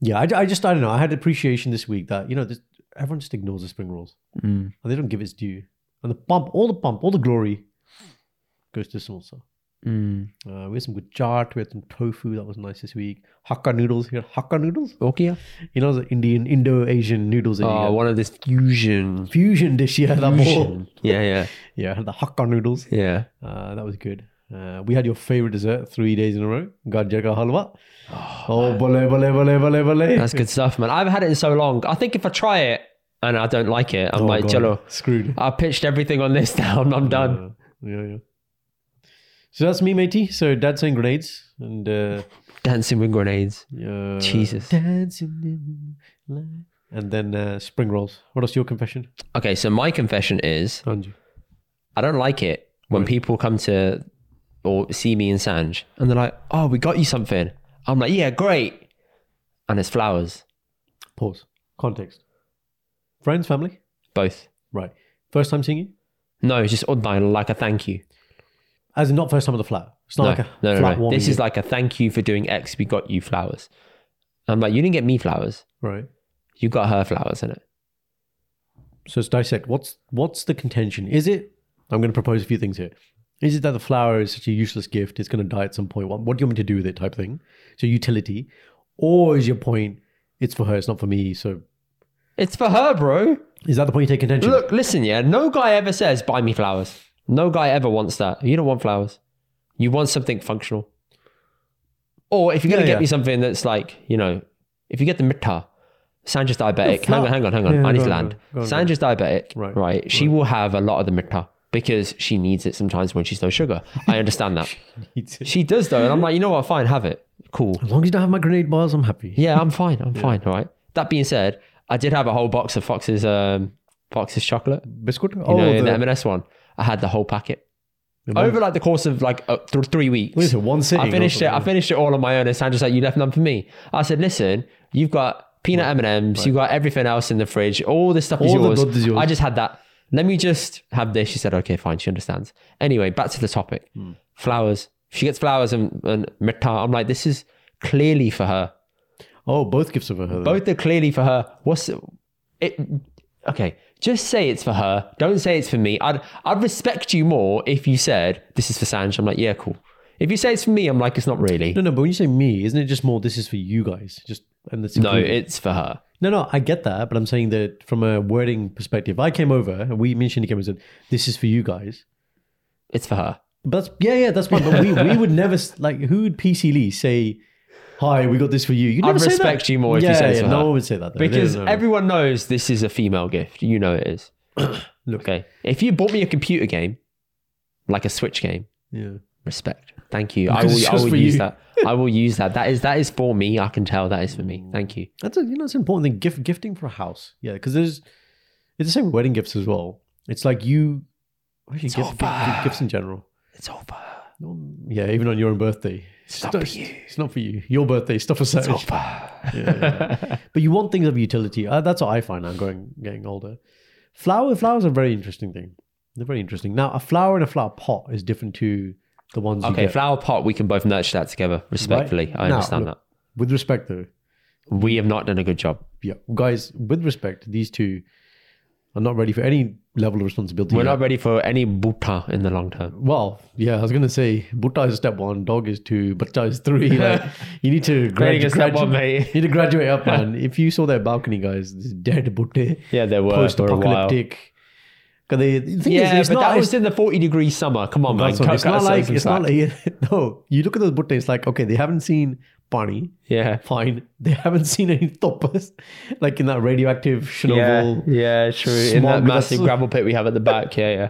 yeah, I, I just I don't know. I had appreciation this week that you know this, everyone just ignores the spring rolls
Mm.
and they don't give its due. And the pump, all the pump, all the glory goes to samosa.
Mm.
Uh, we had some good chaat. We had some tofu that was nice this week. Hakka noodles. You had Hakka noodles?
Okia?
You know the Indian, Indo-Asian noodles. That you
Oh,
get.
Ah, one of this fusion.
fusion dish. Yeah, that more.
Yeah, yeah,
Yeah, I had the Hakka noodles.
yeah.
Uh, that was good. Uh, we had your favorite dessert three days in a row. Gajar ka halwa. Oh, bale, bale, bale, bale, bale.
That's [laughs] good stuff, man. I haven't had it in so long. I think if I try it and I don't like it, I'm
Oh,
like,
God.
Jello,
Screwed.
I pitched everything on this [laughs] now and I'm done.
Uh, yeah, yeah. So that's me, matey. So dad's saying grenades and uh,
Dancing with grenades.
uh,
Jesus.
Dancing in the light. and then uh, spring rolls. What else? Your confession,
Okay, so my confession is
Anju.
I don't like it when people come to or see me and Sanj and they're like, oh, we got you something. I'm like, yeah, great. And it's flowers,
Pause. Context. Friends, family.
both.
Right. First time seeing you?
No, it's just online, like a thank you.
As in not first time at the flat. It's not
No,
like a
no,
flat
no, no.
warming.
This is
you-
like a thank you for doing X. We got you flowers. I'm like, you didn't get me flowers.
right.
You got her flowers in it.
So let's dissect. What's what's the contention? Is it? I'm going to propose a few things here. Is it that the flower is such a useless gift? It's going to die at some point. What, what do you want me to do with it? Type thing. So utility, or is your point? It's for her. It's not for me. So
It's for her, bro.
is that the point you take contention?
Look, listen, yeah. No guy ever says, buy me flowers. No guy ever wants that. You don't want flowers. You want something functional. Or if you're going to
Yeah,
get
yeah.
me something that's like, you know, if you get the mitta, Sanja's diabetic.
flower-
hang on, hang on, hang on.
Yeah,
I need
go
to
on,
land.
go on, go on.
Sanja's diabetic,
Right,
right? She will have a lot of the mitta because she needs it sometimes when she's no sugar. I
[laughs]
understand that.
[laughs] as
She does though, and I'm like, you know what? Fine, have it. Cool.
long as you don't have my grenade bars, I'm happy.
Yeah, I'm fine. I'm fine. All right. That being said, I did have a whole box of Fox's um, Fox's chocolate. You
Biscuit.
oh,
Oh,
know, the,
the-
M&S one. I had the whole packet
the one-
over like the course of like uh, th- three weeks.
what is it? One sitting.
I
or
finished it. I
something?
finished it all on my own. And Sandra's like, "You left none for me." I said, "Listen, you've got peanut M and M's. You got everything else in the fridge. All this stuff is
All the
yours.
dud is yours.
I just had that. Let me just have this." She said, "Okay, fine. She understands." Anyway, back to the topic.
Hmm.
Flowers. She gets flowers and and mitta. I'm like, this is clearly for her.
Oh, both gifts are for her. then.
Both are clearly for her. What's it? Okay, just say it's for her. Don't say it's for me. I'd I'd respect you more if you said this is for Sanj. I'm like, yeah, cool. If you say it's for me, I'm like, it's not really.
No, no. But when you say me, isn't it just more? This is for you guys. Just and this.
No, it's for her.
No, no, I get that, but I'm saying that from a wording perspective. I came over and we mentioned came and said, "This is for you guys."
It's for her.
But that's, yeah, yeah, that's fine. But we, we would never s- [laughs] like who would PC Lee say, "Hi, we got this for you." You
I'd
never say that.
respect you more if you
Yeah,
said it's
yeah,
for
no
her.
one would say that though.
Because
No, no, no.
everyone knows this is a female gift. You know it is.
[clears throat] Look.
Okay. If you bought me a computer game, like a Switch game,
yeah.
respect. Thank you. I
Because it's
will, I
just
will
for
use
you.
that. I will use that. That is that is for me. I can tell that is for me. Thank you.
That's a, you know, it's an important thing. Gift gifting for a house, yeah, because there's it's the same with wedding gifts as well. It's like you. Actually,
It's
gifts,
over.
gifts, gifts in general.
It's over.
No one- yeah, even on your own birthday. It's
not
not-
for
it's-
you.
It's not for you. Your birthday is stuff aside.
It's over. [laughs]
But you want things of utility. Uh, that's what I find now going getting older. Flower flowers are a very interesting thing. They're very interesting. Now a flower in a flower pot is different to the ones you
Okay,
get.
flower pot. We can both nurture that together respectfully. I
Now,
understand
look, With respect though,
that. We have not done a good job.
yeah, guys, with respect, these two are not ready for any level of responsibility.
We're
yet.
not ready for any buta in the long term.
well, yeah, I was gonna say Butta is step one, dog is two, Butta is
[laughs]
three. Like you need to
Creating a
gradu-
step
gradu-
one, mate.
you need to graduate up,
[laughs]
man. if you saw that balcony, guys, this dead Butte.
Yeah, there were
post
for a while.
apocalyptic. Because they, the thing
Yeah,
is, it's
but
not,
that was
it's,
in the 40 degree summer. Come on, man.
[laughs] that's what-
Cut-
it's
cut
not
us
like
some
it's not
slack.
like [laughs] no. You look at those butte, it's like okay, they haven't seen Pani,
Yeah.
fine. They haven't [laughs] seen any toppers, like in that radioactive Chernobyl.
yeah, true.
In that massive
gravel pit we have at the back, yeah, yeah.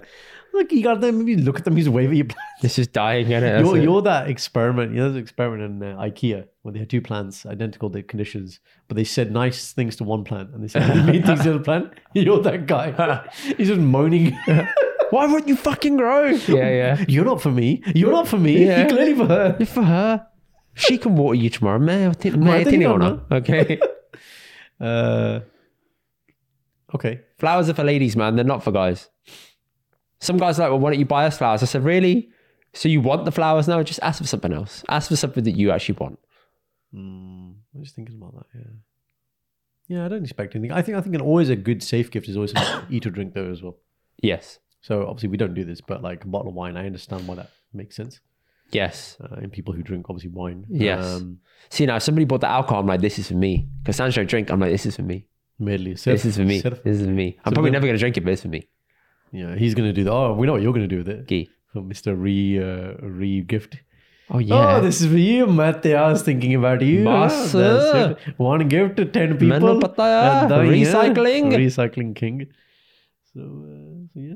Like you got them, maybe look at them, he's waving. Your
This is dying, isn't it?
you're, you're that experiment. You know, there's an experiment in uh, IKEA where they had two plants, identical the conditions, but they said nice things to one plant and they said really mean things to the other plant. [laughs] You're that guy.
[laughs]
He's just moaning.
Why won't you fucking grow? Yeah, yeah.
[laughs] You're not for me. You're not for me.
Yeah.
You're clearly for her.
You're for her. She can water you tomorrow. Man, I think, man,
I
I
think
think
you
I'll
don't
know. Okay.
Uh, okay.
Flowers are for ladies, man. They're not for guys. Some guys are like, well, why don't you buy us flowers? I said, really? So you want the flowers now? Just ask for something else. Ask for something that you actually want.
Mm, I'm just thinking about that. Yeah. Yeah, I don't expect anything. I think I think an always a good safe gift is always something to eat or drink though as well.
Yes.
So obviously we don't do this, but like a bottle of wine, I understand why that makes sense.
Yes.
Uh, in people who drink obviously wine. Um,
Yes. See now, if somebody bought the alcohol. I'm like, this is for me. Because Sancho drink. I'm like, this is for me.
Merely serve,
This is for me.
serve-
This is for me. I'm
So
probably
we-
never gonna drink it, but it's for me.
Yeah, he's gonna do that. Oh, we know what you're gonna do with it.
Gee.
Oh, Mr. Re uh, Re Gift.
Oh yeah.
Oh, this is for you, Matthew. I was thinking about you.
Boss.
That's it. One gift to ten
Man,
people.
pata hai.
And then, yeah,
Recycling.
recycling king. So, uh, so yeah.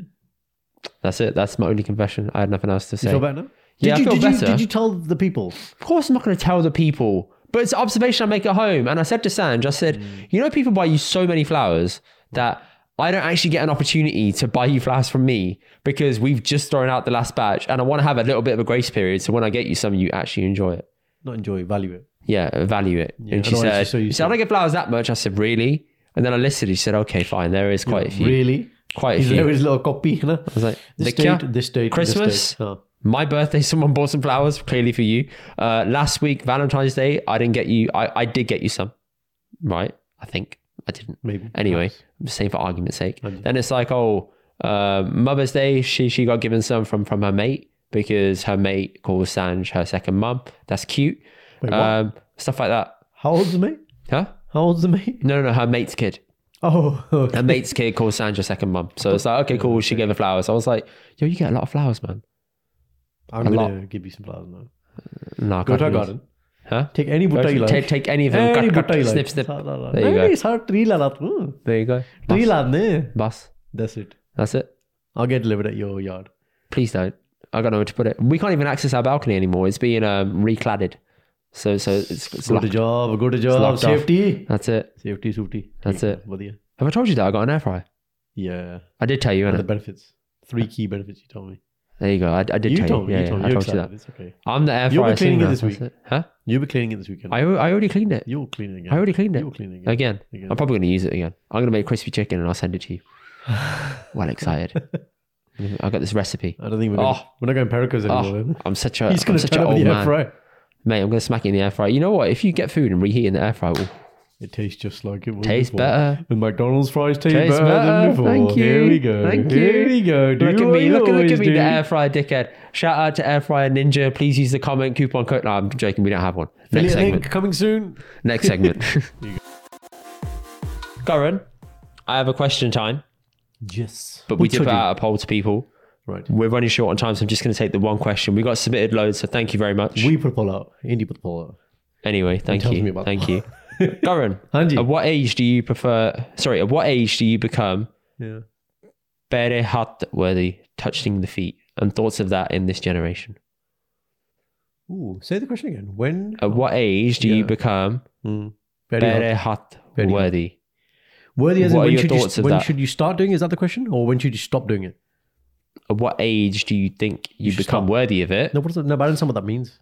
That's it. That's my only confession. I had nothing else to
You
say.
feel better now?
Yeah, I
did you,
feel
did
better.
You, did you tell the people?
Of course, I'm not going to tell the people, but it's an observation I make at home. And I said to Sanj, I said,
Mm.
you know, people buy you so many flowers that I don't actually get an opportunity to buy you flowers from me because we've just thrown out the last batch, and I want to have a little bit of a grace period. So when I get you some, you actually enjoy it.
Not enjoy, value it.
Yeah, value it.
Yeah,
and she
otherwise
said,
it's so
she said, I don't get flowers that much. I said, really? And then I listed. She said, okay, fine. There is quite a few.
Really?
Quite a
He's there
few.
with his little copy. You know?
I was like,
This
"Nikya?"
date, this date, This
Christmas?
date. Oh.
My birthday, [laughs] someone bought some flowers, clearly for you. Uh, last week, Valentine's Day, I didn't get you. I, I did get you some, right? I think I didn't.
Maybe.
Anyway,
Perhaps.
same for argument's sake.
Okay.
Then it's like, oh, uh, Mother's Day, she she got given some from from her mate because her mate calls Sanj her second mum. That's cute.
Wait, what?
Um, stuff like that,
How old's the mate?
huh?
How old's the mate?
No, no, no, her mate's kid.
[laughs] Oh, okay.
Her
[laughs]
mate's kid calls Sanj her second mum. So it's like, okay, cool. She gave her flowers. I was like, yo, you get a lot of flowers, man.
I'm
a
gonna
lot.
give you some flowers now.
No,
Go
I can't
to our
do this.
garden.
Huh?
Take any
Go
butta
to-
you like.
take, take any of them.
Any
cut, cut,
butta you like.
snip, snip.
La, la, la.
There you
No,
go.
it's her tree la la. Hmm.
There you go.
Tree la ne.
Bus.
That's it.
That's it.
I'll get delivered at your yard.
Please don't. I don't know where to put it. We can't even access our balcony anymore. It's being um, recladded. So so Uh, it's, it's
Good
locked.
job. Good job.
locked off.
Safety.
That's it.
Safety, safety.
That's it.
ਵਧੀਆ.
Have I told you that I got an air fryer?
Yeah.
I did tell you,
And the
innit?
benefits. Three key benefits you told me.
There you go. I, I did
You
tell
told me.
you. Yeah,
you told
yeah,
me.
I
You're
told you
excited.
that.
It's okay.
I'm the air
You'll be
fryer
cleaning it
singer.
this
That's it. Huh?
You'll be cleaning it this weekend.
I, al- I already cleaned it.
You'll clean it again.
I already cleaned it.
You'll clean it again.
Again.
Again.
I'm probably going to use it again. I'm going to make crispy chicken and I'll send it to you. [sighs] well
[laughs]
excited. I got this recipe.
I don't think we're, gonna,
Oh.
we're not going Pericos anymore.
Oh,
then.
I'm such a
He's going
I'm
to
such an
turn up
old
the air
man.
fryer.
Mate, I'm gonna smack it in the air fryer. You know what? If you get food and reheat in the air fryer, it will
It tastes just like it was
taste
before.
better.
The McDonald's fries taste,
Taste
better,
better.
than before.
Thank you.
Here we go.
Thank
Here
you.
we go. Do
Look at
what
me,
you
look, look
always
at me,
do.
the air fryer dickhead. Shout out to Air Fryer Ninja. Please use the comment coupon code. No, I'm joking, we don't have one. Next
Affiliate link
segment.
coming soon.
Next
[laughs]
segment. Curran, I have a question time,
Yes.
but we did put out a poll to people.
Right.
We're running short on time, so I'm just gonna take the one question. We got submitted loads, so thank you very much.
We put a poll out. Indy put a poll out.
Anyway, thank
tells me
you.
about
Thank you.
[laughs]
Curran,
Hanji.
at what age do you prefer sorry, at what age do you become
Yeah.
Bere hat worthy, touching the feet, and thoughts of that in this generation.
Ooh, say the question again. When?
At what age do you
Yeah.
become
Mm. Very hot.
bere hat
Very hot.
worthy?
Worthy as in
What are
when,
your
should you,
thoughts of
when
that?
should you start doing it? Is that the question? Or when should you stop doing it?
At what age do you think you,
should
become
stop.
worthy of it?
No, what is it? no, but I don't know what that means.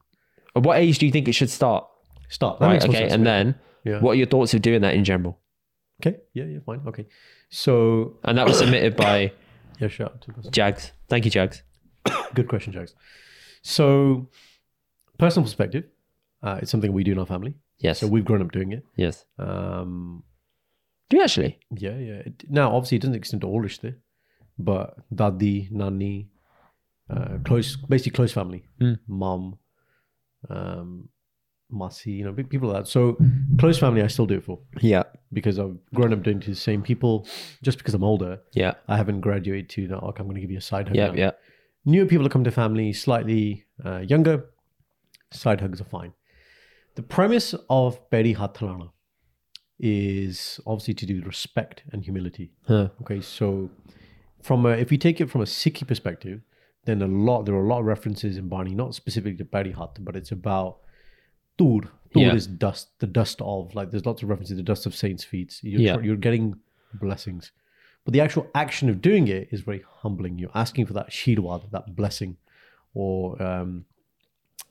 At what age do you think it should start?
Start. That
Right,
makes more
okay.
sense.
And then,
Yeah.
what are your thoughts of doing that in general?
Okay. Yeah, yeah, fine. Okay. So,
And that was submitted by
yeah, sure. Up to person.
Jags. Thank you, Jags.
Good question, Jax. So, personal perspective, uh, it's something we do in our family.
Yes.
So, we've grown up doing it.
yes.
Um,
Do you actually?
yeah, yeah. It, now, obviously, it doesn't extend to all Rishte, but dadi, nani, uh, close, basically close family,
Hmm.
mum, um, masi, you know, pe- people like that. So, close family, I still do it for
Yeah.
because I've grown up doing it to the same people. Just because I'm older,
Yeah.
I haven't graduated to that. Okay, I'm going to give you a side hug.
Yeah.
now.
Yeah.
Newer people that come to family, slightly uh, younger, side hugs are fine. The premise of Beri Hathalana is obviously to do with respect and humility.
Huh.
Okay, so from a, if you take it from a Sikhi perspective, then a lot there are a lot of references in Bani, not specifically to Bari Hat, but it's about Tur. Tur
Yeah.
is dust, the dust of like there's lots of references to the dust of saints' feet. You're,
Yeah.
tr- you're getting blessings. But the actual action of doing it is very humbling. You're asking for that shirwad, that blessing. Or um,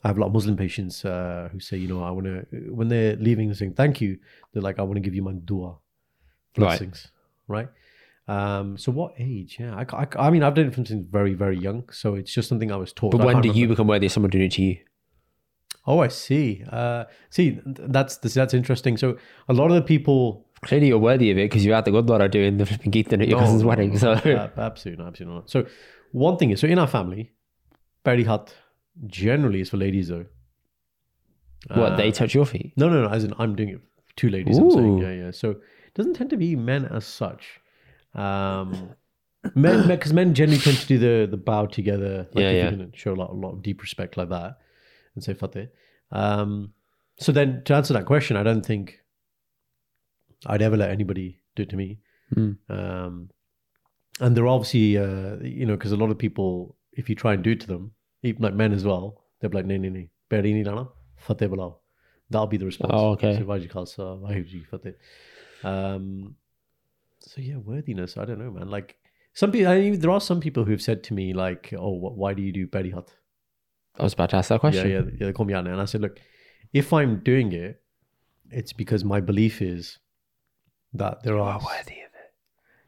I have a lot of Muslim patients uh, who say, you know, I want to, when they're leaving, they're saying, thank you. They're like, I want to give you my dua blessings, right? Um, so what age? Yeah, I, ca- I, ca- I mean, I've done it from since very, very young, so it's just something I was taught.
But
I
when
can't
do you
remember.
become worthy of someone doing it to you?
Oh, I see. Uh, see, th- that's this, that's interesting. So a lot of the people.
Clearly, you're worthy of it because you had the good Lord doing the flipping geek thing at your
No,
cousin's
no, [laughs]
wedding. So,
Uh, absolutely, not, absolutely not. So one thing is, so in our family, Peri Hat generally is for ladies though.
what?
Uh,
They touch your feet?
No, no, no. As in, I'm doing it for two ladies. I'm saying,
Ooh.
yeah, yeah. So it doesn't tend to be men as such. Um, [coughs] men, because men generally tend to do the the bow together. Like
Yeah,
if
yeah.
You're gonna show a lot, a lot of deep respect like that, and say fateh. Um, so then, to answer that question, I don't think I'd ever let anybody do it to me.
Mm.
Um, and they're obviously, uh, you know, because a lot of people, if you try and do it to them, even like men as well, they're like, "Nee, nee, nee, beri ni lana, fateh balao." That'll be the response.
Oh, okay.
So, "Wajhi Khalsa, Waheguru Ji ki Fateh." Um, so yeah, worthiness. I don't know, man. Like some people, I mean, there are some people who have said to me, like, "Oh, wh- why do you do beri hat?"
I was about to ask that question.
Yeah, yeah, yeah. They call me out now. And I said, look, if I'm doing it, it's because my belief is that there are
worthy of it.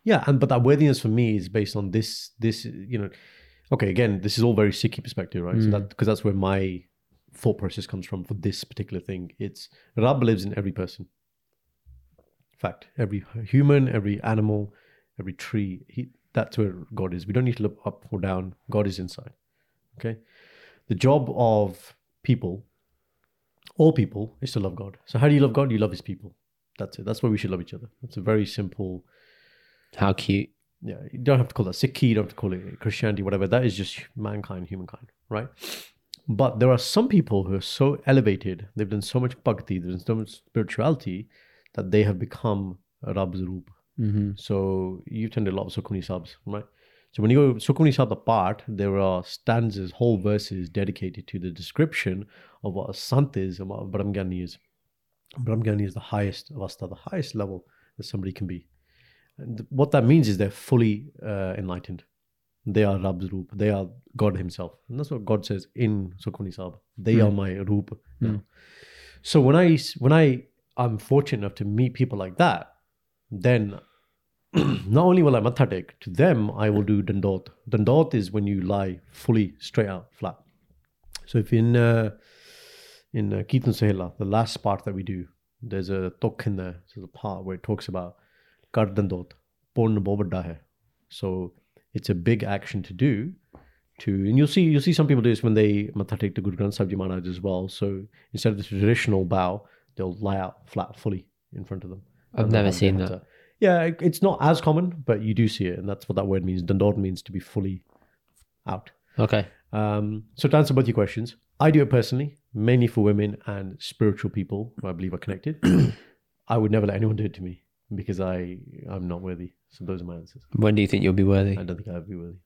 yeah, and but that worthiness for me is based on this this you know, okay. Again, this is all very Sikhi perspective, right? So
Mm.
that because that's where my thought process comes from for this particular thing. It's Rab lives in every person. Fact, every human, every animal, every tree. He, that's where God is. We don't need to look up or down. God is inside. Okay, the job of people, all people, is to love God. So how do you love God? You love His people. That's it. That's why we should love each other. That's a very simple
How cute.
yeah, you don't have to call that Sikhi, you don't have to call it Christianity, whatever. That is just mankind, humankind, right? But there are some people who are so elevated, they've done so much bhakti, they've done so much spirituality that they have become Rab's Roop.
Mm-hmm.
So you've turned a lot of Sukhmani Sabs, right? So when you go Sukhmani Sab apart, there are stanzas, whole verses dedicated to the description of what a Sant is and what a Brahmgani is. Brahmgani is the highest avasta, the highest level that somebody can be. And th- what that means is they're fully uh, enlightened. They are Rab's Roop. They are God Himself. And that's what God says in Sukhmani Sab. They
Hmm.
are my Roop. now.
Hmm.
So when I s- when I I'm fortunate enough to meet people like that, then [clears throat] not only will I matha take, to them I will do dandot. Dandot is when you lie fully straight out, flat. So if in uh, in uh, Keetan Sahela, the last part that we do, there's a tok in there. So the part where it talks about kar dandot, pon bobadda hai. So it's a big action to do. To and you'll see you'll see some people do this when they matha take to Guru Granth Sahib Ji Maharaj as well. So instead of the traditional bow, they'll lie out flat fully in front of them.
I've
And
never
they'll
seen
have
that.
to- Yeah, it- it's not as common, but you do see it, and that's what that word means. Dandod means to be fully out.
Okay.
Um, so to answer both your questions, I do it personally, mainly for women and spiritual people who I believe are
[clears throat]
connected. I would never let anyone do it to me because I I'm not worthy. So those are my answers.
When do you think you'll be worthy?
I don't think I would be worthy.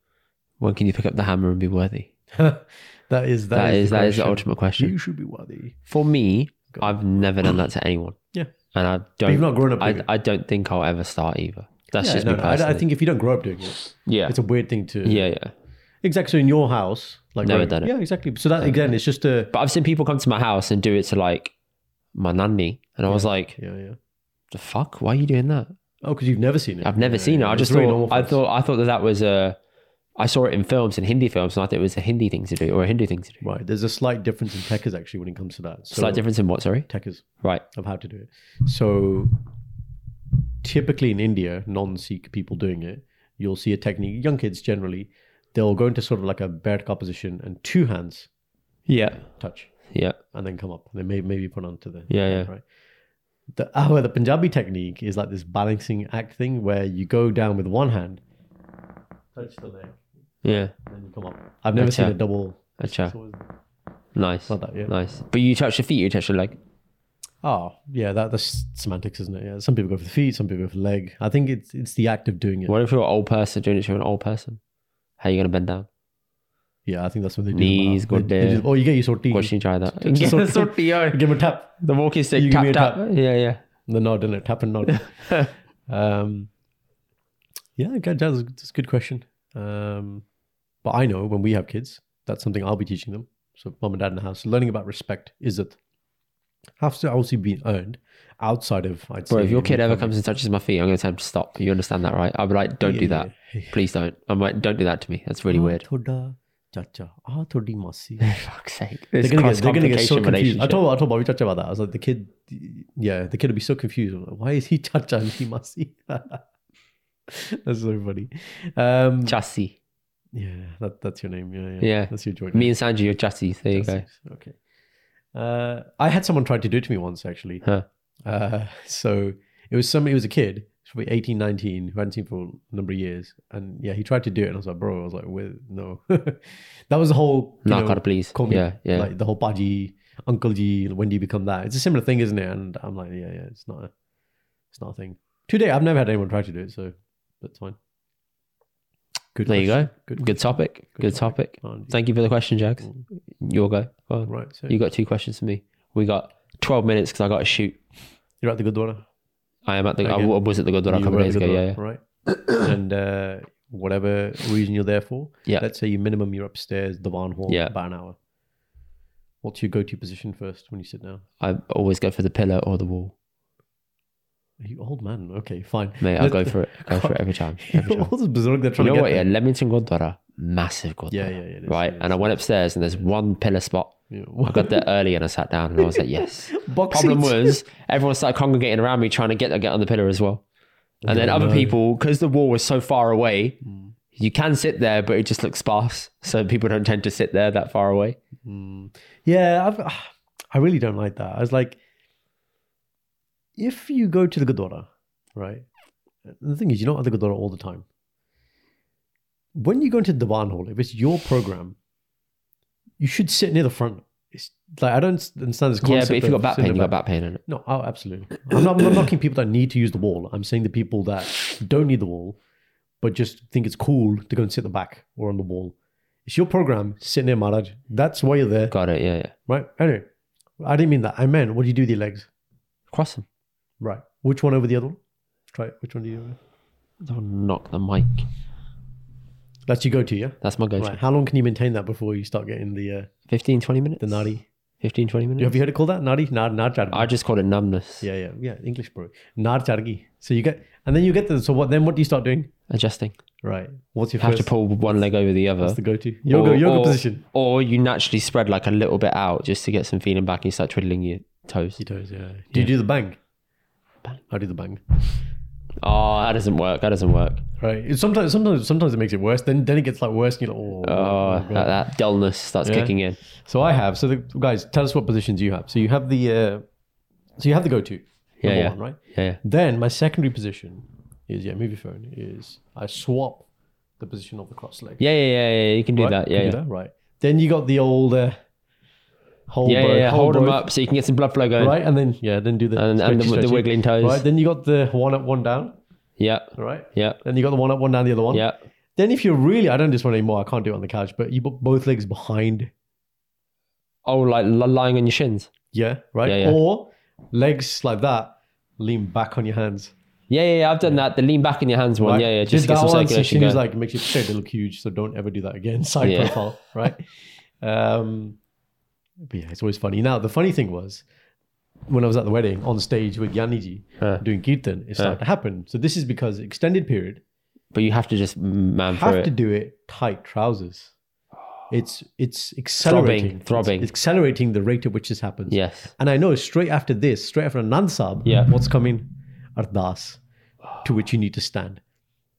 [laughs]
When can you pick up the hammer and be worthy?
that is
that is
the
that is the
question. [clears throat]
ultimate question.
You should be worthy.
For me,
Go.
I've never done that to anyone.
Yeah.
and I don't.
you've not grown up doing
I,
it.
I don't think I'll ever start either. That's
Yeah,
just
no,
me
no, I,
personally.
I think if you don't grow up doing it,
yeah,
it's a weird thing to.
yeah, yeah.
Exactly. So in your house, like
Never
right-
done it.
Yeah, exactly. So that again, it's just a.
But I've seen people come to my house and do it to like my nanny, and I was like,
Yeah, yeah.
"The fuck? Why are you doing that?"
Oh, because you've never seen it.
I've never
Yeah,
seen
yeah,
it. I
it's
just
very
thought
normal
I
for us.
thought I thought that that was a. I saw it in films in Hindi films, and I thought it was a Hindi thing to do or a Hindu thing to do.
Right. There's a slight difference in techers actually when it comes to that. So
Slight difference in what? Sorry.
techers
Right.
of how to do it. So typically in India, non-Sikh people doing it, you'll see a technique. Young kids generally, they'll go into sort of like a vertical position and two hands
Yeah.
touch
Yeah.
and then come up. They may maybe put onto the
Yeah, yeah.
right. The however the Punjabi technique is like this balancing act thing where you go down with one hand, touch the leg,
Yeah.
and then you come up. I've never
Okay.
seen a double.
Acha.
sort of-
Nice.
Not that, yeah.
Nice. But you touch the feet, you touch the leg.
Oh yeah, that, that's semantics, isn't it? Yeah, some people go for the feet, some people go for the leg. I think it's it's the act of doing it.
What if you're an old person doing it to an old person? How you gonna bend down?
Yeah, I think that's what they do.
Knees,
They-
good
they
there.
just- Oh, you get your sort
Why should you
[laughs]
try that?
It's
[laughs]
so- Give him a tap.
The walking
You
stick,
give
tap,
me a
tap.
tap.
Yeah, yeah.
The nod and a tap and
[laughs]
nod. um, yeah, good- that's, that's a good question. Um, but I know when we have kids, that's something I'll be teaching them. So mom and dad in the house, learning about respect is that has to also be earned outside of. I'd
Bro,
say,
if your
the
kid ever
family.
comes and touches my feet, I'm gonna tell him to stop. You understand that, right? I'll be like, don't do
Yeah,
that.
yeah,
Please don't. I'm like, don't do that to me. That's really
yeah. [laughs]
weird.
Thoda chacha, ah, thodi masi.
Fuck's sake. This
They're gonna get, they're gonna get so
cross-complication
confused. I
relationship.
told I told Bobby Chacha about that. I was like, the kid, yeah, the kid would be so confused. I'm like, Why is he [laughs] Chacha and he Masi? [laughs] that's so funny. Um,
Chassis.
yeah, that, that's your name. Yeah, yeah,
Yeah.
that's your joint.
Me
name.
and Sanji are chassis. There you go.
That's it. Okay. Uh, I had someone try to do it to me once actually.
Huh.
Uh, so it was somebody. It was a kid, probably 18, 19, who I hadn't seen for a number of years, and yeah, he tried to do it, and I was like, bro, I was like, "Wait, no, [laughs] that was the whole. you
Nah,
know,
God, please.
call me
Yeah, yeah.
like the whole Paji, Uncle G, when do you become that? It's a similar thing, isn't it? And I'm like, yeah, yeah, it's not, a, it's not a thing. Today, I've never had anyone try to do it, so that's fine. Good.
there you go.
question. Good.
Good topic.
Good
Good topic.
Andy.
Thank you for the question, Jags.
Mm.
Your go. Go on.
Right. So
You got two questions for me. We got 12 minutes because I got to shoot.
you're at the Gurdwara.
I am at the. I
Again.
w- was at the Godora a
You
couple
were
of
at
days
the
ago. Yeah, yeah.
Gurdwara, Right. [coughs] and uh, whatever reason you're there for,
Yeah.
Let's say you minimum you're upstairs, the barn hall,
Yeah.
about an hour. What's your go-to position first when you sit down?
I always go for the pillar or the wall.
You old man. Okay, fine.
Mate,
[laughs]
I
Let's-
go for it. Go for it
[laughs]
every time. Every time.
All this berserk they're
You
trying
know
to get
what?
there.
Yeah, Leamington Godora, massive Godora.
Yeah, yeah, yeah, it is,
right,
it
and I went upstairs and there's one pillar spot.
Yeah.
I got there early and I sat down and I was
[laughs]
like, yes. Problem was, everyone started congregating around me trying to get get on the pillar as well. And then
Yeah,
other
no.
people, because the wall was so far away,
Mm.
you can sit there, but it just looks sparse. So people don't tend to sit there that far away.
Mm. yeah, I've, I really don't like that. I was like, if you go to the Godora, right? The thing is, you're not at the Godora all the time. When you go into the barn hall, if it's your program, you should sit near the front. It's like I don't understand this concept.
yeah, but if you've got
of
back
sitting in
pain, you've
the
got back pain in it.
No, oh, absolutely. I'm not, I'm not knocking people that need to use the wall. I'm saying the people that don't need the wall, but just think it's cool to go and sit at the back or on the wall. It's your program, sit there, Maharaj. That's why you're there,
Got it. Yeah, yeah.
right? Anyway, I didn't mean that. I meant, what do you do with your legs?
Cross them.
Right. Which one over the other one? Try it. Which one do you do?
Don't knock the mic.
That's your go-to, yeah?
That's my go to.
Right. How long can you maintain that before you start getting the uh,
Fifteen, twenty 15, 20 minutes?
the nadi?
15, 20 minutes?
Have you heard it called that? Nadi? Nad, nad, chad.
I just call it numbness.
Yeah, yeah, yeah. English, bro. Nad chargi. So you get, and then you get the, so what, then what do you start doing?
Adjusting.
Right. What's your
You have
first?
to pull one leg over the other.
That's the go-to yoga
Or-
yoga
or-
position.
Or you naturally spread like a little bit out just to get some feeling back and you start twiddling your toes.
Your toes, yeah. Do you do the bang? Bang. I do the bang.
Oh, that doesn't work. That doesn't work.
Right. It's sometimes, sometimes, sometimes it makes it worse. Then, then it gets like worse. And you're like, oh.
Oh,
God.
that, that dullness starts
Yeah.
kicking in.
So I have. So the guys, tell us what positions you have. So you have the. Uh, so you have the go-to.
Yeah,
number
yeah.
One, right.
Yeah, yeah.
Then my secondary position is yeah, move your phone. Is I swap the position of the cross leg.
Yeah, yeah, yeah, yeah. You can do
right?
that.
Can
Yeah,
do
yeah.
that, Right. Then you got the old. Uh, hold
yeah,
both-
yeah, yeah. Hold them
both,
up so you can get some blood flow going.
Right, and then yeah, then do the
And, and
stretchy,
the, the
stretchy.
wiggling toes.
Right, then you got the one up, one down.
Yeah,
Right,
yeah,
Then you got the one up, one down, the other one.
yeah.
Then if you're really, I don't do this one anymore. I can't do it on the couch, but you put both legs behind.
Oh, like li- lying on your shins.
Yeah. Right.
Yeah, yeah.
Or legs like that, lean back on your hands.
Yeah, yeah, yeah. I've done that. The lean back in your hands one.
Right?
Yeah, yeah. Just to
Did
get
that
some
once, and
circulation
she was
going.
like, makes your potato look huge, so don't ever do that again. [laughs] Side
Yeah.
profile, right? Um, but yeah, it's always funny. Now, the funny thing was, when I was at the wedding on stage with Yaniji
Huh.
doing kirtan, it started to happen. So this is because extended period,
but you have to just man through
have
it.
to do it tight trousers. It's it's accelerating, It's-
throbbing.
it's accelerating the rate at which this happens.
yes.
And I know straight after this, straight after Nansab,
Yeah.
what's coming? Ardas, to which you need to stand.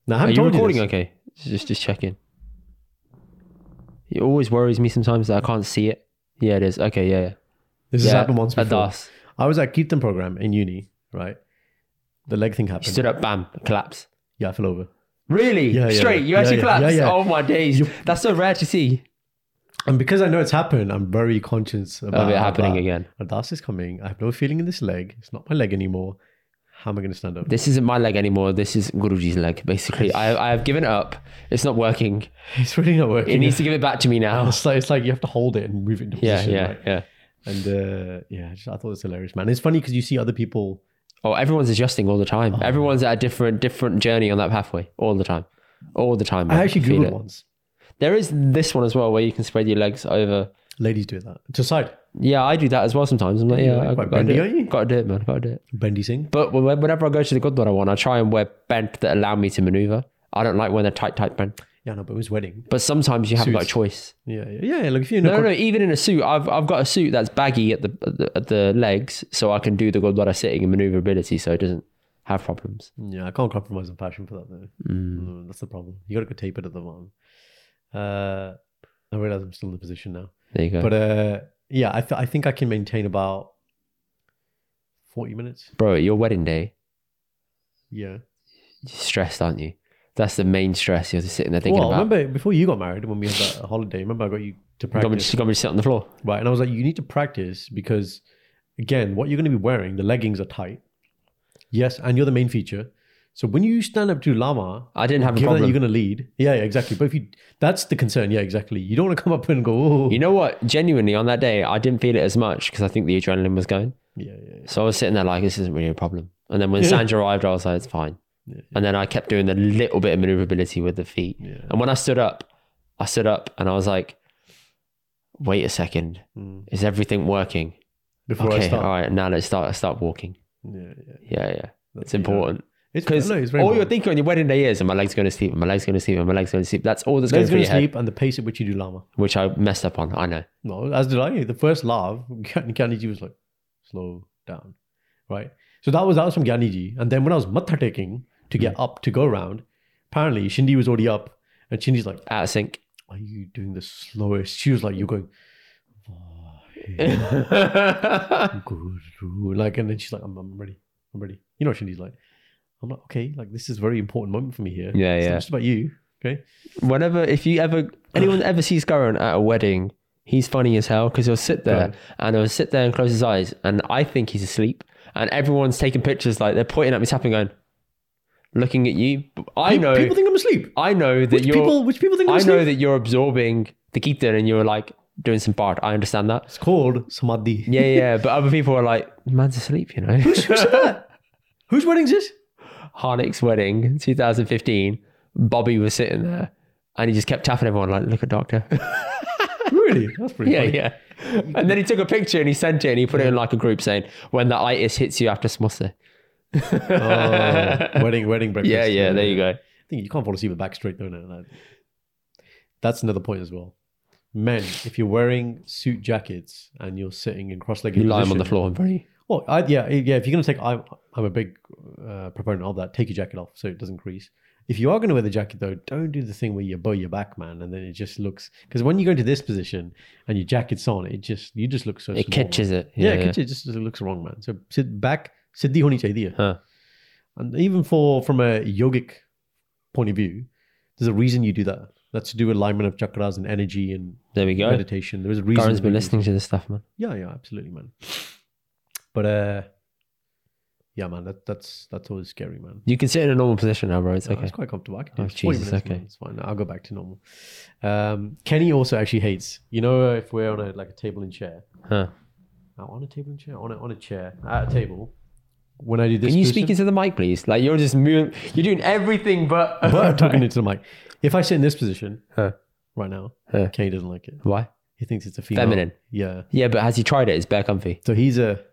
Now, I
Are
haven't
you
told
recording?
you this.
okay. Just just checking. It always worries me sometimes that I can't see it. Yeah, it is. Okay, yeah, yeah.
This
yeah,
has happened once before.
Adas.
I was at Kirtan program in uni, right? The leg thing
You
happened.
stood up, bam, collapse.
Yeah, I fell over.
Really?
Yeah, yeah,
Straight.
yeah.
You
Yeah,
actually
yeah,
collapsed.
yeah, yeah.
Oh my days.
You-
That's so rare to see.
And because I know it's happened, I'm very conscious about
Of it
how
happening
that-
again.
Ardas is coming. I have no feeling in this leg. It's not my leg anymore. How am I going to stand up?
This isn't my leg anymore. This is Guruji's leg, basically. I, I have given it up. It's not working.
[laughs] It's really not working.
It needs to give it back to me now.
it's, like, it's like you have to hold it and move it into
Yeah,
position.
yeah,
right?
yeah.
And uh, yeah, just, I thought it was hilarious, man. It's funny because you see other people
Oh, everyone's adjusting all the time.
Oh,
Everyone's at a different different journey on that pathway all the time, all the time.
I
man.
actually
Feel
googled
it.
once.
There is this one as well where you can spread your legs over.
Ladies do that to side.
Yeah, I do that as well sometimes. I'm like,
You're
yeah,
like
I
quite
gotta do
bendy,
it.
aren't you?
Gotta do it, man. Gotta do it.
Bendy Singh.
But wh- whenever I go to the Gurdwara one, I try and wear bent that allow me to maneuver. I don't like when they're tight, tight bent.
Yeah, no, but it was wedding.
But sometimes you haven't got a
Suits.
choice.
Yeah, yeah, yeah. yeah, Like if you know,
No, no, no. Even in a suit, I've I've got a suit that's baggy at the at the, at the legs, so I can do the Gurdwara sitting and maneuverability, so it doesn't have problems.
yeah, I can't compromise on fashion for that though. Mm, that's the problem. You got to go tape it at the bottom. Uh, I realize I'm still in the position now,
There you go.
but uh, yeah, I, th- I think I can maintain about forty minutes.
Bro, at your wedding day,
Yeah.
you're stressed, aren't you? That's the main stress you're just sitting there thinking
well,
about.
remember before you got married when we had that holiday? Remember I got you to
You got, me
practice,
to, you got me to sit on the floor.
right? And I was like, you need to practice because, again, what you're going to be wearing, the leggings are tight. Yes, and you're the main feature. So when you stand up to Lama,
I didn't have a
given that
problem.
you're going to lead, yeah, yeah, exactly. But if you, that's the concern, yeah, exactly. You don't want to come up and go, oh,
You know what? Genuinely, on that day, I didn't feel it as much because I think the adrenaline was going.
yeah, yeah, yeah.
So I was sitting there like, this isn't really a problem. And then when
Yeah.
Sandra arrived, I was like, it's fine.
Yeah.
And then I kept doing the little bit of maneuverability with the feet.
Yeah.
And when I stood up, I stood up and I was like, wait a second.
Mm.
Is everything working?
Before I
okay,
start,
all right. Now let's start start walking.
yeah, yeah,
Yeah, yeah.
That's-
It's important.
yeah. It's
Because
no, it's very
all you're
important.
thinking on your wedding day is, and my leg's going to sleep, and my leg's going to sleep, and my leg's going to sleep. That's all that's going
Legs
through
going to
your head,
sleep and the pace at which you do Lama.
which I messed up on. I know.
No, as did I. The first laugh, [laughs] Gyan- Gyaniji was like, slow down, right? So that was that was from Gyaniji. And then when I was matha taking to
Hmm.
get up to go around, apparently Shindi was already up, and Shindi's like,
Out of
[laughs]
sync.
"Are you doing the slowest?" She was like, "You're going." "Vahe
yeah,
Guru. Like, and then she's like, I'm, I'm ready. I'm ready. You know what Shindi's like? I'm like, okay, like this is a very important moment for me here. It's not
yeah.
just about you. Okay.
Whenever, if you ever, anyone ever sees Garon at a wedding, he's funny as hell because he'll sit there
Right.
and he'll sit there and close his eyes, and I think he's asleep, and everyone's taking pictures like they're pointing at me, tapping, going, looking at you. I
Pe-
know,
People think I'm asleep.
I know that
Which
you're,
people, which people think I'm
I
asleep.
know that you're absorbing the Gita and you're like doing some part. I understand that.
It's called Samadhi.
Yeah, yeah, but other people are like, man's asleep, you know.
Who's,
[laughs]
who said that? [laughs] Whose wedding's this?
Harnick's wedding, 2015, Bobby was sitting there and he just kept tapping everyone, like, look at doctor.
Really? That's pretty
yeah,
funny.
yeah.
[laughs]
And then he took a picture and he sent it and he put it in like a group saying, when the itis hits you after smussa.
Oh, wedding, wedding breakfast.
[laughs] Yeah, yeah, there you go.
I think you can't fall asleep with back straight, though. No, no. That's another point as well. Men, if you're wearing suit jackets and you're sitting in cross-legged,
You lie on the
position-
floor and very.
Well, I, yeah, yeah. If you're going to take, I'm, I'm a big uh, proponent of that. Take your jacket off so it doesn't crease. If you are going to wear the jacket though, don't do the thing where you bow your back, man, and then it just looks. Because when you go into this position and your jacket's on, it just you just look so.
It
small.
catches it.
Yeah, it catches. It just it looks wrong, man. So sit back, siddhi honi chahiye.
Huh.
And even for from a yogic point of view, there's a reason you do that. That's to do with alignment of chakras and energy and
There we go.
meditation. There is a reason.
Garen's
we
been
do-
listening to this stuff, man.
yeah, yeah, absolutely, man. But uh, yeah, man, that, that's that's always scary, man.
You can sit in a normal position now, bro. It's
No,
okay.
It's quite comfortable. I can do
Oh,
it. It's 40
Jesus,
minutes, man.
okay.
It's fine. I'll go back to normal. Um, Kenny also actually hates. You know, if we're Uh, on a like a table and chair,
Huh.
now, on a table and chair, on a on a chair at a table, when I did this.
Can you
person- [laughs]
speak into the mic, please? Like you're just moving. You're doing everything but.
but talking into the mic. If I sit in this position
Huh.
right now,
Huh.
Kane doesn't like it.
[laughs] Why?
He thinks it's a female.
Feminine.
Yeah.
Yeah, but has he tried it? It's bare comfy.
So he's a.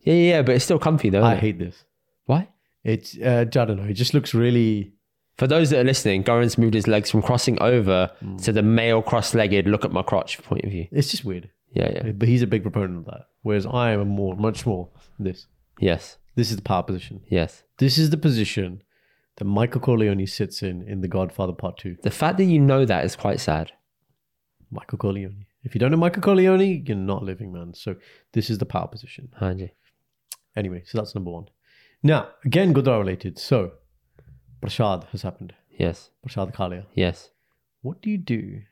Yeah, yeah, yeah, but it's still comfy though.
I
isn't it?
hate this.
Why?
It's uh, I don't know. It just looks really.
For those that are listening, Goran's moved his legs from crossing over to the male cross-legged look at my crotch point of view.
It's just weird.
Yeah, yeah,
But he's a big proponent of that. Whereas I am more, much more than this.
yes,
This is the power position.
yes.
This is the position that Michael Corleone sits in in The Godfather Part Two.
The fact that you know that is quite sad.
Michael Corleone. If you don't know Michael Corleone, you're not living, man. So this is the power position.
Hanji.
Anyway, so that's number one. Now, again, Godra related. So, Prashad has happened.
Yes,
Prashad Kalia.
yes.
What do you do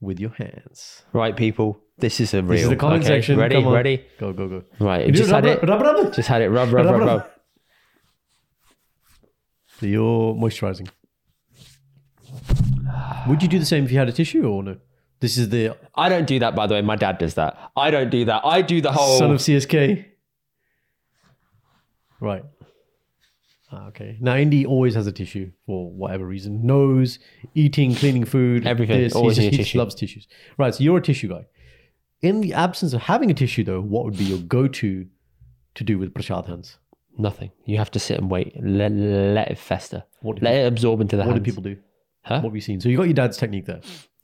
with your hands?
Right, people. This is a real.
This is the comment
okay?
section.
Ready,
Come on.
ready.
Go, go, go.
Right,
You do
just had
rub,
it.
Rub, rub, rub.
Just had it. Rub, rub,
Rub,
rub,
rub.
rub.
So you're moisturizing. Would you do the same if you had a tissue or no? This is the
I don't do that, by the way. My dad does that. I don't do that. I do the whole.
son of CSK. Right. Ah, Okay. Now, Indy always has a tissue for whatever reason. Nose, eating, cleaning food.
Everything.
This. He
Always
just-
need a
he just
tissue.
loves tissues. Right. So you're a tissue guy. In the absence of having a tissue, though, what would be your go-to to do with prashad hands?
Nothing. You have to sit and wait. Let, let it fester.
What do
let it absorb into the
What do
hands.
people do?
Huh?
What have you seen? So you got your dad's technique there.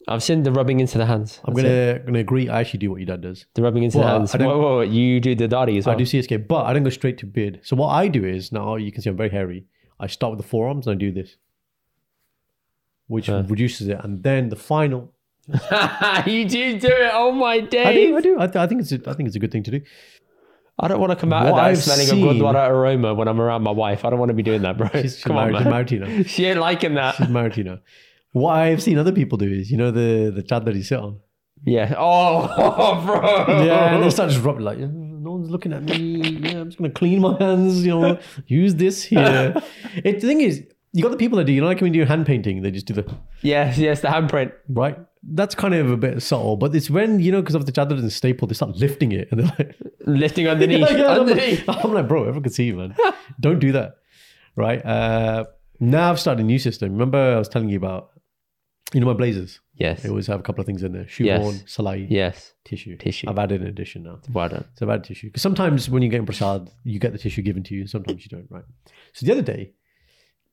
I've seen the rubbing into the hands.
I'm
That's it.
gonna gonna agree. I actually do what your dad does.
The rubbing into
Well,
the hands.
I don't-
Whoa, whoa, whoa, You do the daddy as well.
I do CSK, but I don't go straight to beard. So what I do is now you can see I'm very hairy. I start with the forearms and I do this, which reduces it, and then the final.
[laughs] you do do it. Oh my
I
day.
do. I do. I, th- I think it's. A, I think it's a good thing to do.
I don't want to come out
What
of that
I've
smelling
seen-
a Gurdwara aroma when I'm around my wife. I don't want to be doing that, bro.
She's, she's
come
married,
on,
she's
man.
married to you now.
She ain't liking that.
[laughs] She's married to you now.
[laughs]
What I've seen other people do is, you know, the the chat that he sit on.
Yeah. Oh, [laughs] bro.
Yeah, and they start just rubbing like, "Yeah, no one's looking at me. Yeah, I'm just gonna clean my hands. You
[laughs]
know, use this here. it, the thing is, you got the people that do. You know, like when you do hand painting, they just do the.
Yes, yes. The handprint.
right? That's kind of a bit subtle, but it's when you know because of the chadder and staple, they start lifting it, and they're like, [laughs]
Lifting underneath.
Yeah, I'm,
underneath.
like I'm like, bro, everyone can see you,
[laughs]
man. Don't do that, right? Uh, now I've started a new system. Remember, I was telling you about, you know, my blazers.
Yes.
They always have a couple of things in there: shoehorn,
Yes.
salai,
Yes.
tissue.
Tissue.
I've added an addition now.
Well done.
So I've added tissue because sometimes when you get in prasad, you get the tissue given to you, and sometimes you don't, right? So the other day.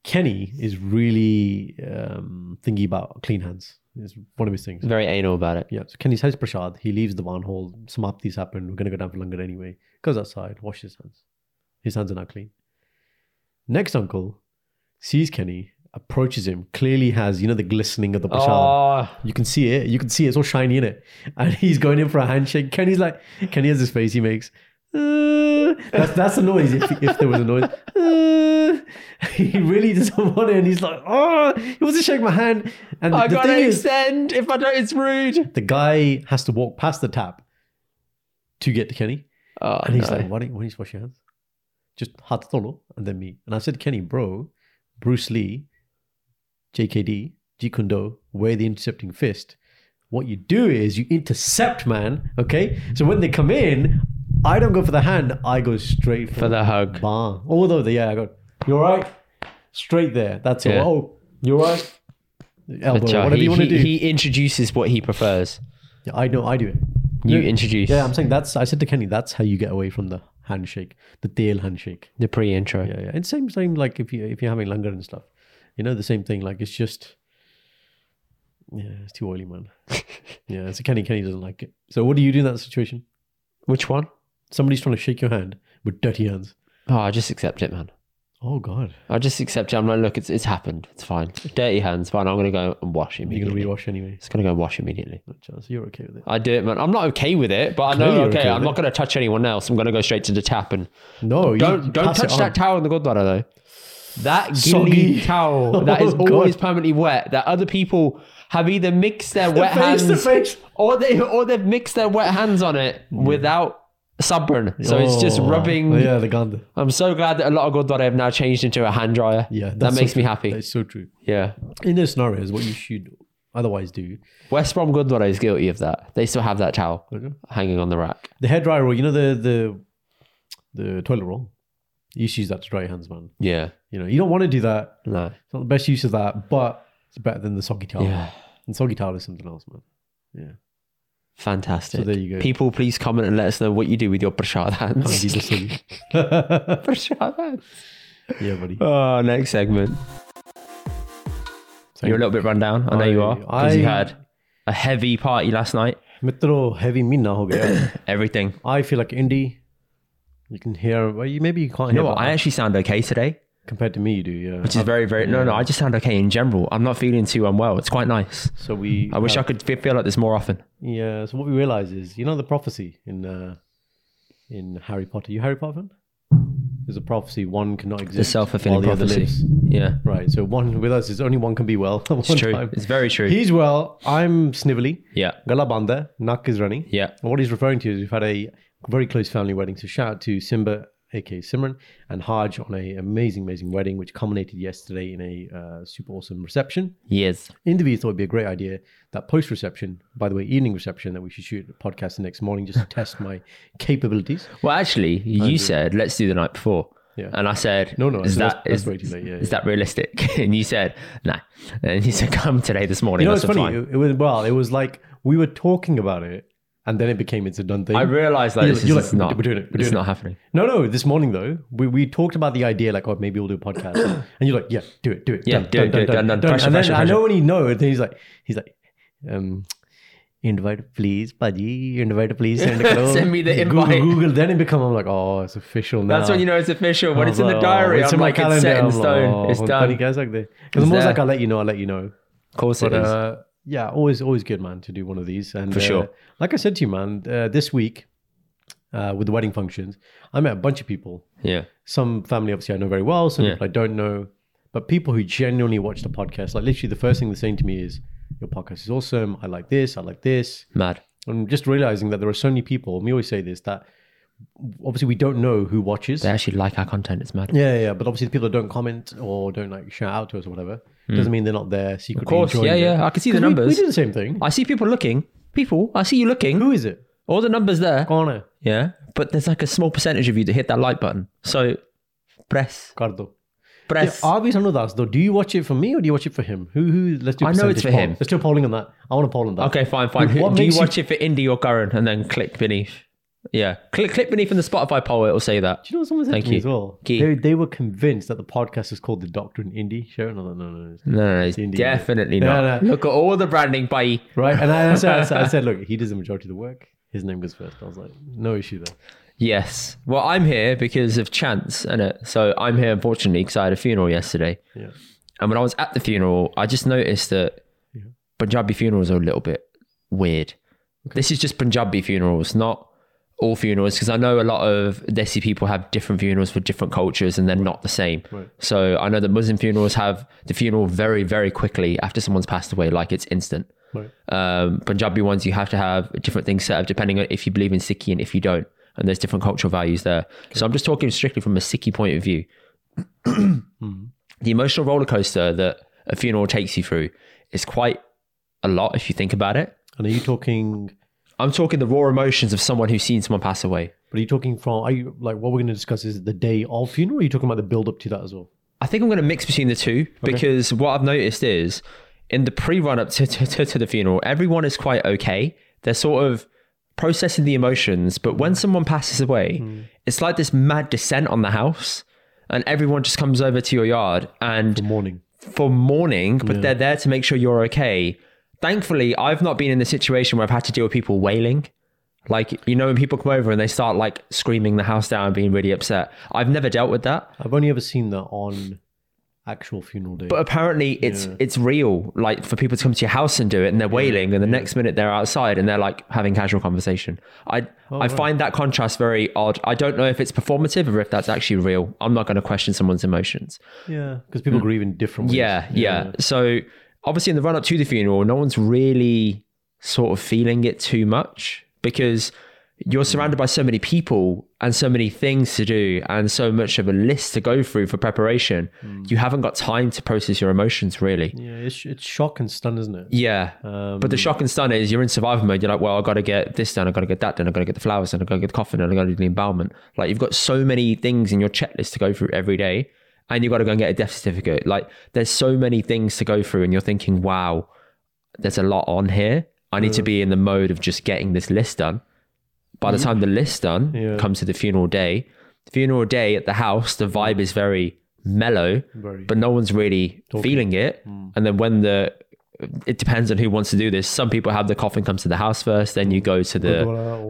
Kenny is really um, thinking about clean hands. It's one of his things.
Very anal about it.
Yeah, so Kenny's house prashad. He leaves the barn hall. Samapti's happened. We're gonna go down for langar anyway. Goes outside, washes his hands. His hands are now clean. Next uncle sees Kenny, approaches him. Clearly has you know the glistening of the prashad.
Oh,
You can see it. You can see it. it's all shiny in it. And [laughs] he's going in for a handshake. Kenny's like, Kenny has this face he makes. "Uh," that's that's the noise. If, if there was a noise, "Uh." [laughs] he really doesn't want it, and he's like, "Oh, he wants to shake my hand." And
I
the
gotta
thing is,
extend. If I don't, it's rude.
the guy has to walk past the tap to get to Kenny.
Oh,
And he's
no.
like, why don't, why don't you wash your hands? Just hat tolo and then me. And I said, Kenny, bro, Bruce Lee, JKD, Jeet Kune Do, wear the intercepting fist. What you do is you intercept, man. Okay. So when they come in, I don't go for the hand. I go straight for,
for the hug.
bar. Although, the, yeah, I got, you're right. Straight there. That's it.
Yeah.
Oh, you're right. Elbow,
Cha-
whatever
he,
you want to
he-
do.
he introduces what he prefers.
Yeah, I know, I do it.
You
No,
introduce
Yeah, I'm saying that's. I said to Kenny, that's how you get away from the handshake, the tail handshake.
the pre-intro.
Yeah, yeah. And same, same. Like if you if you're having langar and stuff, you know the same thing. Like it's just, yeah, it's too oily, man. [laughs] yeah. So Kenny, Kenny doesn't like it. So what do you do in that situation?
Which one?
Somebody's trying to shake your hand with dirty hands.
Oh, I just accept it, man.
Oh God,
I just accept it. I'm like, look, it's it's happened. It's fine. Dirty hands, fine. I'm gonna go and wash
you're gonna
immediately.
rewash anyway.
It's gonna go wash immediately.
So you're okay with it.
I do it, man. I'm not okay with it, but I know.
Clearly you're
okay,
okay
I'm
with
not gonna touch anyone else. I'm gonna go straight to the tap and
No, you
don't don't
pass it
touch that
on.
towel in the Gurdwara though. That
Soggy. [laughs]
gilly towel that is
Oh, God.
always permanently wet. That other people have either mixed their wet
face, the
hands
face.
or they or they've mixed their wet hands on it without sunburn. So it's just
Oh,
rubbing.
Yeah, the gand.
I'm so glad that a lot of Gurdwara have now changed into a hand dryer.
Yeah,
that
that's so
makes me
true.
happy.
That's so true.
Yeah.
In those scenarios, what you should otherwise do
West Brom Gurdwara is guilty of that. They still have that towel
Okay.
hanging on the rack.
The hair dryer, rule, you know the the the toilet roll. You should use that to dry your hands, man.
Yeah.
You know, you don't want to do that.
No.
It's not the best use of that, but it's better than the soggy towel.
Yeah.
And soggy towel is something else, man.
Fantastic.
So there you go. Oh,
People, please comment and let us know what you do with your prashad hands.
Handy [laughs] listen. yeah,
prashad hands.
buddy.
[laughs] Oh, next segment.
So,
You're a little bit run down. I know you
I-
are. Because you
I-
had a heavy party last night.
Mitro heavy mina ho gaya.
Everything.
[coughs] I feel like indie. You can hear. Well, you maybe you can't
You
hear.
know what?
but
I actually sound okay today,
compared to me, you do. Yeah.
which is very, very. No, no, I just sound okay in general. I'm not feeling too unwell. It's quite nice.
so we.
I wish I could fe- feel like this more often.
Yeah. So what we realize is, you know, the prophecy in uh, in Harry Potter. You Harry Potter fan? There's a prophecy. One cannot exist.
self-fulfilling
while the other
prophecy.
lives.
Yeah,
Right. So one with us is only one can be well. [laughs] at
it's
one
true.
time.
It's very true.
He's well. I'm snivelly.
yeah,
Galabanda, Nak is running.
yeah.
And what he's referring to is we've had a very close family wedding. So shout out to Simba, aka Simran, and Haj on a amazing, amazing wedding, which culminated yesterday in a uh, super awesome reception.
Yes.
Interview thought it'd be a great idea that post reception, by the way, evening reception, that we should shoot a podcast the next morning just to test my [laughs] capabilities.
Well, actually, you said let's do the night before.
Yeah.
And I said,
No, no,
is
so that's-
that
that's
is-
way too late, yeah,
is
yeah.
that realistic? [laughs] And you said, no. And you said, come today this morning.
You know,
that's
it's funny.
fine.
It, it was well, it was like we were talking about it, and then it became it's a done thing.
I realized that
uh, You're
this
like- you're
is
like,
not.
we're doing it, we're
it's
doing
not happening.
No, no. This morning though, we, we talked about the idea like, oh, maybe we'll do a
[coughs]
podcast, and you're like, yeah, do it, do it,
Yeah,
done,
do
done,
it, do it, done, done, pressure,
And then
pressure,
I
pressure.
know when he knows, then he's like, he's like, um, invite please, Paji, invite please, send,
[laughs]
it below.
Send me the
Google,
invite.
Google. Then it become I'm like, oh, it's official now.
That's when you know it's official. When
I was
it's in the
like,
diary,
oh,
I'm like, it's set
calendar.
in
I'm like,
stone.
oh,
It's
when funny
done.
guys like that. Because I'm always
there.
like, I'll let you know, I'll let you know.
Of course
But
it is.
uh, yeah, always always good, man, to do one of these. And
For
uh,
sure.
like I said to you, man, uh, this week uh, with the wedding functions, I met a bunch of people.
Yeah.
Some family obviously I know very well, some
Yeah.
people I don't know, but people who genuinely watch the podcast, like literally the first thing they're saying to me is, "Your podcast is awesome. I like this. I like this."
Mad.
And just realizing that there are so many people. And we always say this that obviously we don't know who watches.
They actually like our content. It's mad.
Yeah, yeah, yeah, but obviously the people that don't comment or don't like shout out to us or whatever doesn't mean they're not there secretly.
Hmm. Of course.
enjoying
Yeah,
it.
yeah. I can see the
We- We,
numbers.
do the same thing.
I see people looking. People, I see you looking.
Who is it?
All the numbers there.
Connor
Yeah. But there's like a small percentage of you that hit that like button. So press.
Cardo. Yeah,
Press.
I'll be someone with us though. Do you watch it for me or do you watch it for him? Who? Who? Let's do.
I know
percentage
it's for
poll.
him.
Let's do a polling on that. I want a poll on that.
okay, fine, fine. Who-
What
Do you
makes you-
watch it for indie or current? And then click beneath. Yeah. Click click beneath in the Spotify poll, it'll say that.
Do you know what someone said
Thank
to me
you.
as well?
Key.
They, they were convinced that the podcast is called the Doctor and Indie Show. No, no, no, no. it's-
No, no, no, it's
Indie.
definitely
No,
not.
no.
Look at all the branding by
Right? And I, I, said, I, said, I said, look, he does the majority of the work. His name goes first. I was like, no issue there.
Yes. Well, I'm here because of chance, innit? So I'm here, unfortunately, because I had a funeral yesterday.
Yeah.
And when I was at the funeral, I just noticed that
Yeah.
Punjabi funerals are a little bit weird. This is just Punjabi funerals, not all funerals, because I know a lot of Desi people have different funerals for different cultures and they're not the same.
Right.
So I know that Muslim funerals have the funeral very, very quickly after someone's passed away, like it's instant.
Right.
Um, Punjabi ones, you have to have different things set up depending on if you believe in Sikhi and if you don't. And there's different cultural values there. So I'm just talking strictly from a Sikhi point of view. The emotional roller coaster that a funeral takes you through is quite a lot if you think about it.
And are you talking?
I'm talking the raw emotions of someone who's seen someone pass away.
But are you talking from? Are you like what we're going to discuss is the day of funeral? Or are you talking about the build up to that as well?
I think I'm going to mix between the two because what I've noticed is in the pre run up to, to, to, to the funeral, everyone is quite okay. They're sort of processing the emotions. But when someone passes away, it's like this mad descent on the house, and everyone just comes over to your yard and
The morning.
for mourning, but they're there to make sure you're okay. Thankfully, I've not been in the situation where I've had to deal with people wailing. Like, you know, when people come over and they start like screaming the house down and being really upset. I've never dealt with that.
I've only ever seen that on actual funeral day.
But apparently it's it's real, like for people to come to your house and do it and they're wailing and the next minute they're outside and they're like having casual conversation. I I find that contrast very odd. I don't know if it's performative or if that's actually real. I'm not gonna question someone's emotions.
yeah, because people grieve in different ways.
Hmm. Yeah, yeah. So obviously, in the run up to the funeral, no one's really sort of feeling it too much because you're surrounded by so many people and so many things to do and so much of a list to go through for preparation. You haven't got time to process your emotions really.
Yeah, it's, it's shock and stun, isn't it?
Yeah.
Um,
but the shock and stun is you're in survival mode. You're like, well, I got to get this done. I got to get that done. I got to get the flowers done. I got to get the coffin and I got to do the embalmment. Like you've got so many things in your checklist to go through every day, and you got to go and get a death certificate. Like there's so many things to go through, and you're thinking, wow, there's a lot on here. I need to be in the mode of just getting this list done. By the time the list done
Mm-hmm. Yeah.
comes to the funeral day, funeral day at the house, the vibe is very mellow
Very.
but no one's really feeling it.
Hmm.
And then when the it depends on who wants to do this. Some people have the coffin comes to the house first, then you go to the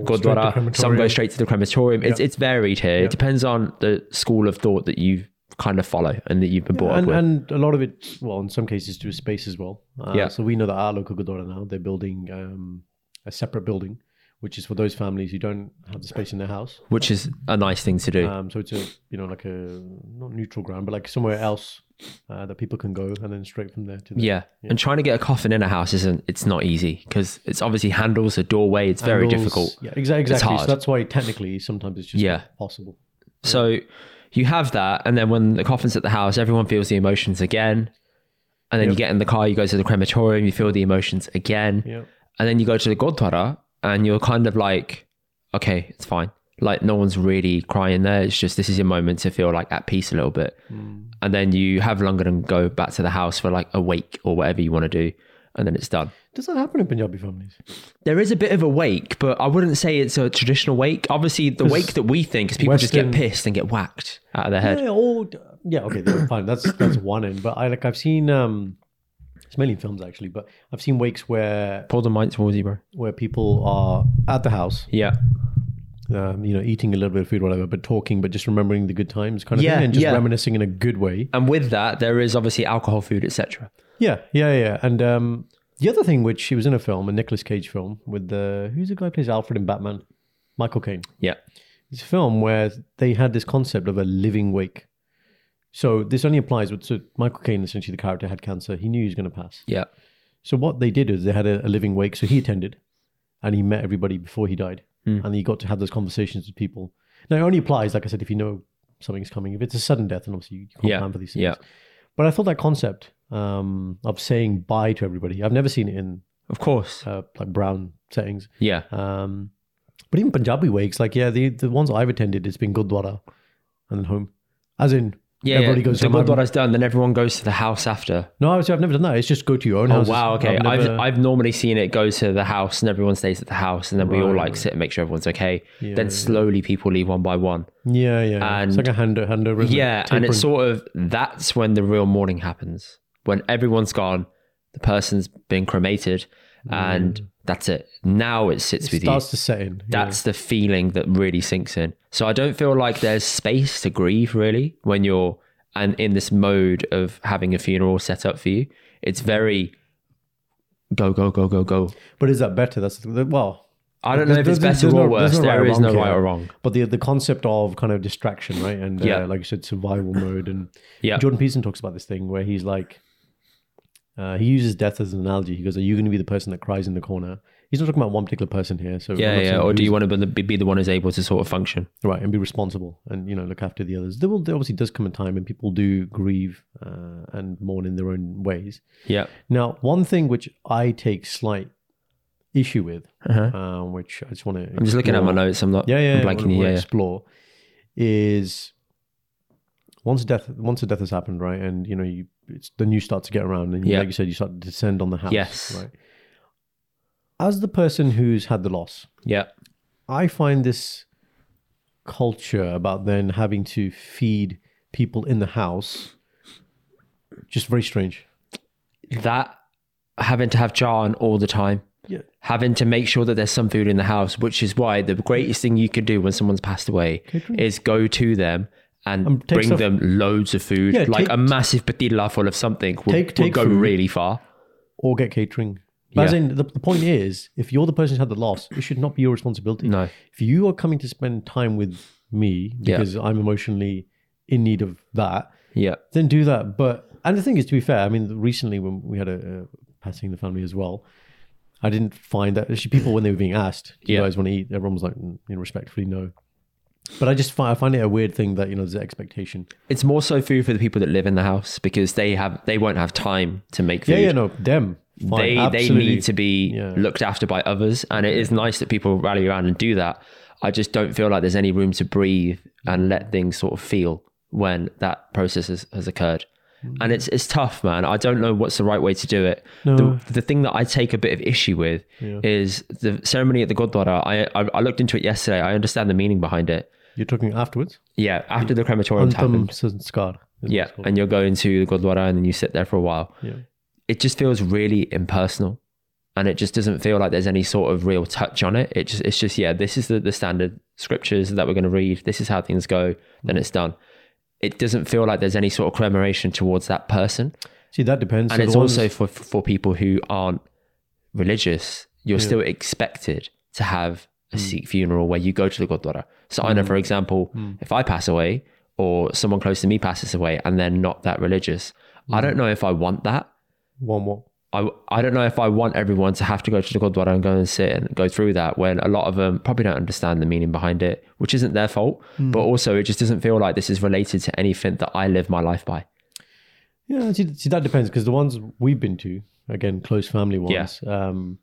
Gurdwara or straight to
Gurdwara. Some go
crematorium.
straight to the crematorium. It's it's varied here. It depends on the school of thought that you kind of follow and that you've been brought up
and,
with.
and a lot of it, well, in some cases, to space as well. Uh,
Yeah.
So we know that our local Godora now, they're building um, a separate building, which is for those families who don't have the space in their house.
which is a nice thing to do.
Um, so it's a, you know, like a, not neutral ground, but like somewhere else uh, that people can go and then straight from there to the
yeah. and trying to get a coffin in a house isn't it's not easy because it's obviously handles a doorway. It's very
handles.
difficult.
Yeah, exa- exactly. So
hard.
that's why technically sometimes it's just
Yeah.
not possible.
So you have that, and then when the coffin's at the house, everyone feels the emotions again. And then you get in the car, you go to the crematorium, you feel the emotions again.
Yeah.
And then you go to the Godwara, and you're kind of like, okay, it's fine. Like, no one's really crying there. It's just this is your moment to feel like at peace a little bit. And then you have longer and go back to the house for like a wake or whatever you want to do. And then it's done.
Does that happen in Punjabi families?
There is a bit of a wake, but I wouldn't say it's a traditional wake. Obviously, the wake that we think is people just get
Western-
pissed and get whacked out of their head.
Yeah, all, yeah okay, they're fine. That's that's [laughs] one end. But I like I've seen um, it's mainly in films actually, but I've seen wakes where
Pull the mic towards you, bro.
where people are at the house,
Yeah.
um, you know, eating a little bit of food, whatever, but talking, but just remembering the good times, kind of
Yeah,
thing, and just
yeah.
reminiscing in a good way.
And with that, there is obviously alcohol, food, etc.
Yeah, yeah, yeah. And um, the other thing, which she was in a film, a Nicolas Cage film with the who's the guy who plays Alfred in Batman, Michael Caine.
Yeah.
It's a film where they had this concept of a living wake. So this only applies with so Michael Caine, essentially the character had cancer. He knew he was going to pass.
Yeah.
So what they did is they had a, a living wake. So he attended, and he met everybody before he died,
Hmm.
and he got to have those conversations with people. Now it only applies, like I said, if you know something's coming. If it's a sudden death, and obviously you can't
Yeah.
plan for these things.
Yeah.
But I thought that concept um, of saying bye to everybody. I've never seen it in
Of course.
uh, like brown settings.
Yeah.
Um, but even Punjabi wakes, like yeah, the the ones I've attended, it's been Gurdwara and then home, as in
Yeah.
everybody goes
so
to my-
what I've done, then everyone goes to the house after.
No, obviously I've never done that. It's just go to your own
Oh
house.
wow. Okay. I've,
I've,
I've,
never-
normally seen it go to the house, and everyone stays at the house, and then we all
Right,
like sit and make sure everyone's okay.
Yeah, yeah.
then slowly people leave one by one.
yeah, yeah.
and-
it's like a hand handover. isn't it?
Yeah, and
Tapering.
it's sort of that's when the real mourning happens. When everyone's gone, the person's been cremated, and that's it. Now it sits with you.
Mm. starts to set in. yeah.
That's the feeling that really sinks in. So I don't feel like there's space to grieve really when you're and in this mode of having a funeral set up for you. It's very go go go go go.
But is that better? That's the, well.
I don't
There's-
know if it's
there's-
better
there's
or
no- there's no
worse.
right
There
or
is
wrong
no right
here.
or wrong.
But the the concept of kind of distraction, right? And
Yeah.
uh, like you said, survival mode. And
Yeah.
Jordan Peterson talks about this thing where he's like, uh, he uses death as an analogy. He goes, "Are you going to be the person that cries in the corner?" He's not talking about one particular person here. So I'm
Yeah,
not
yeah.
saying
Or do
who's-
you want to be, be the one who's able to sort of function?
right and be responsible and you know look after the others? There will there obviously does come a time and people do grieve uh, and mourn in their own ways.
Yeah.
Now, one thing which I take slight issue with,
Uh-huh.
um, which I just want to
I'm just looking at my notes. I'm not
yeah, yeah,
I'm
yeah,
blanking.
we'll
Yeah, yeah.
explore is once death once a death has happened, right? And you know, you it's the news starts to get around, and
Yeah.
like you said, you start to descend on the house.
Yes.
Right. As the person who's had the loss,
Yeah.
I find this culture about then having to feed people in the house just very strange.
That having to have John all the time.
Yeah.
having to make sure that there's some food in the house, which is why the greatest thing you can do when someone's passed away
Catering.
is go to them and
Um, take
bring
stuff-
them loads of food.
Yeah,
like
take-
a massive patilla full of something would,
Take-
would
take
go
food.
really far.
Or get catering. But as
Yeah.
in, the, the point is, if you're the person who's had the loss, it should not be your responsibility.
No.
if you are coming to spend time with me because I'm emotionally in need of that,
Yeah.
then do that. But and the thing is, to be fair, I mean, recently when we had a, a passing in the family as well, I didn't find that actually people when they were being asked, "Do you
Yeah.
guys want to eat?" Everyone was like, mm, you know, respectfully, no. But I just find I find it a weird thing that you know there's an expectation.
It's more so food for the people that live in the house because they have they won't have time to make food.
Yeah, yeah, no, them. Fine,
they they
absolutely.
need to be
Yeah.
looked after by others, and it is nice that people rally around and do that. I just don't feel like there's any room to breathe and let things sort of feel when that process has, has occurred. And it's it's tough, man. I don't know what's the right way to do it.
No.
The, the thing that I take a bit of issue with
Yeah.
is the ceremony at the Godwara. I, I I looked into it yesterday. I understand the meaning behind it.
You're talking afterwards.
Yeah, after the crematorium's happened.
Antam Sanskar. is
Yeah,
what it's called.
and you're going to the Godwara and then you sit there for a while.
Yeah.
It just feels really impersonal. And it just doesn't feel like there's any sort of real touch on it. It just it's just, yeah, this is the, the standard scriptures that we're gonna read, this is how things go, then it's done. It doesn't feel like there's any sort of commemoration towards that person.
See, that depends.
And
So
it's
the ones-
also for for people who aren't religious, you're
Yeah. Mm.
still expected to have a Sikh funeral where you go to the Gurdwara. So I know, for example,
Mm.
if I pass away or someone close to me passes away and they're not that religious, I
Mm.
don't know if I want that.
one what.
I, I don't know if I want everyone to have to go to the Gurdwara and go and sit and go through that when a lot of them probably don't understand the meaning behind it, which isn't their fault. But
Mm.
also, it just doesn't feel like this is related to anything that I live my life by.
Yeah, see, see that depends because the ones we've been to, again, close family ones. Um,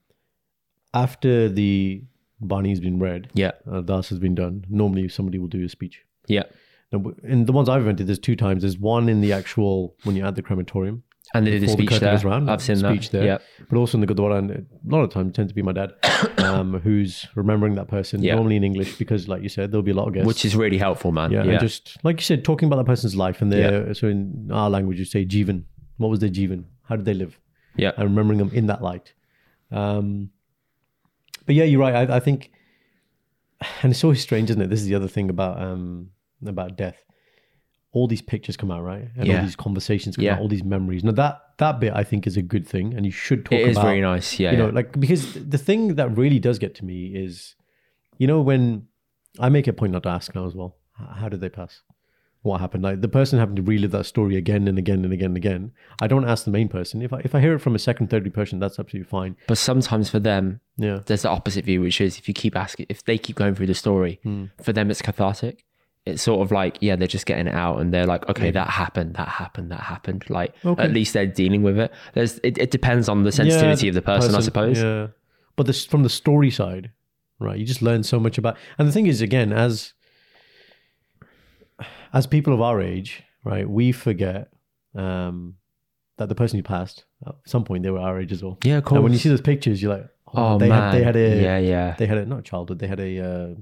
after the Bani's been read,
Yeah.
uh, das has been done. Normally, somebody will do a speech.
Yeah.
Now, w- in the ones I've invented, there's two times. There's one in the actual when you're at the crematorium.
And they did a
before the
speech
curtain
there.
goes round,
I've seen
speech
that.
there.
Yeah.
But also in the Gurdwara, and a lot of times tends to be my dad, [coughs] um, who's remembering that person
Yeah.
normally in English because, like you said, there'll be a lot of guests.
which is really helpful, man.
yeah,
Yeah,
and just like you said, talking about that person's life and their so in our language you say jivan. What was their jivan? How did they live?
yeah.
[laughs] and remembering them in that light. Um, but yeah, you're right. I, I think, and it's always strange, isn't it? This is the other thing about um, about death. All these pictures come out, right? And all
Yeah.
these conversations come
Yeah.
out, all these memories. Now that that bit I think is a good thing, and you should talk
It is
about.
very nice. Yeah,
You know,
yeah.
like because the thing that really does get to me is, you know, when I make a point not to ask now as well. h- How did they pass? What happened? Like the person having to relive that story again and again and again and again. I don't ask the main person. If I if I hear it from a second, third person, that's absolutely fine.
But sometimes for them,
Yeah.
there's the opposite view, which is if you keep asking, if they keep going through the story,
Hmm.
for them it's cathartic. It's sort of like yeah, they're just getting it out, and they're like, okay, that happened, that happened, that happened. Like
Okay.
at least they're dealing with it. There's it, it depends on the sensitivity
Yeah,
of the person, I suppose.
Yeah. But this from the story side, right? You just learn so much about and the thing is again, as as people of our age, right, we forget um that the person who passed at some point they were our age as well.
Yeah, of
And when you
course.
see those pictures, you're like, oh,
Oh
they
man,
had they had a
yeah, yeah,
they had a not childhood, they had a uh,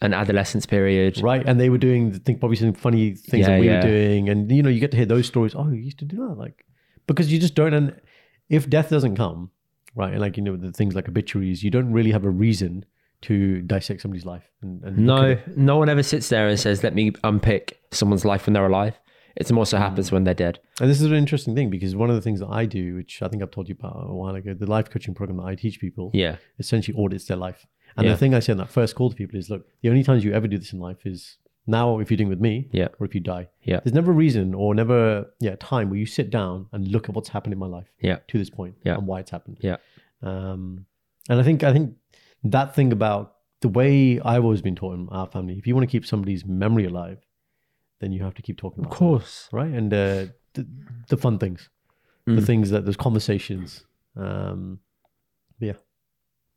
an adolescence period.
right, and they were doing the thing probably some funny things
Yeah,
that we
yeah.
were doing, and you know you get to hear those stories. Oh, you used to do that, like because you just don't. And if death doesn't come, right, and like you know the things like obituaries, you don't really have a reason to dissect somebody's life. And, and look at
No,
it.
no one ever sits there and says, "Let me unpick someone's life when they're alive." It more so happens when they're dead.
and this is an interesting thing because one of the things that I do, which I think I've told you about a while ago, the life coaching program that I teach people,
Yeah,
essentially audits their life. And
Yeah.
the thing I say in that first call to people is, look, the only times you ever do this in life is now if you're doing with me,
Yeah.
or if you die.
Yeah.
There's never a reason or never yeah time where you sit down and look at what's happened in my life
yeah,
to this point
Yeah.
and why it's happened.
Yeah.
Um, and I think I think that thing about the way I've always been taught in our family, if you want to keep somebody's memory alive, then you have to keep talking
of
about it,
course.
right? And uh, the, the fun things, the
Mm.
things that those conversations. Um,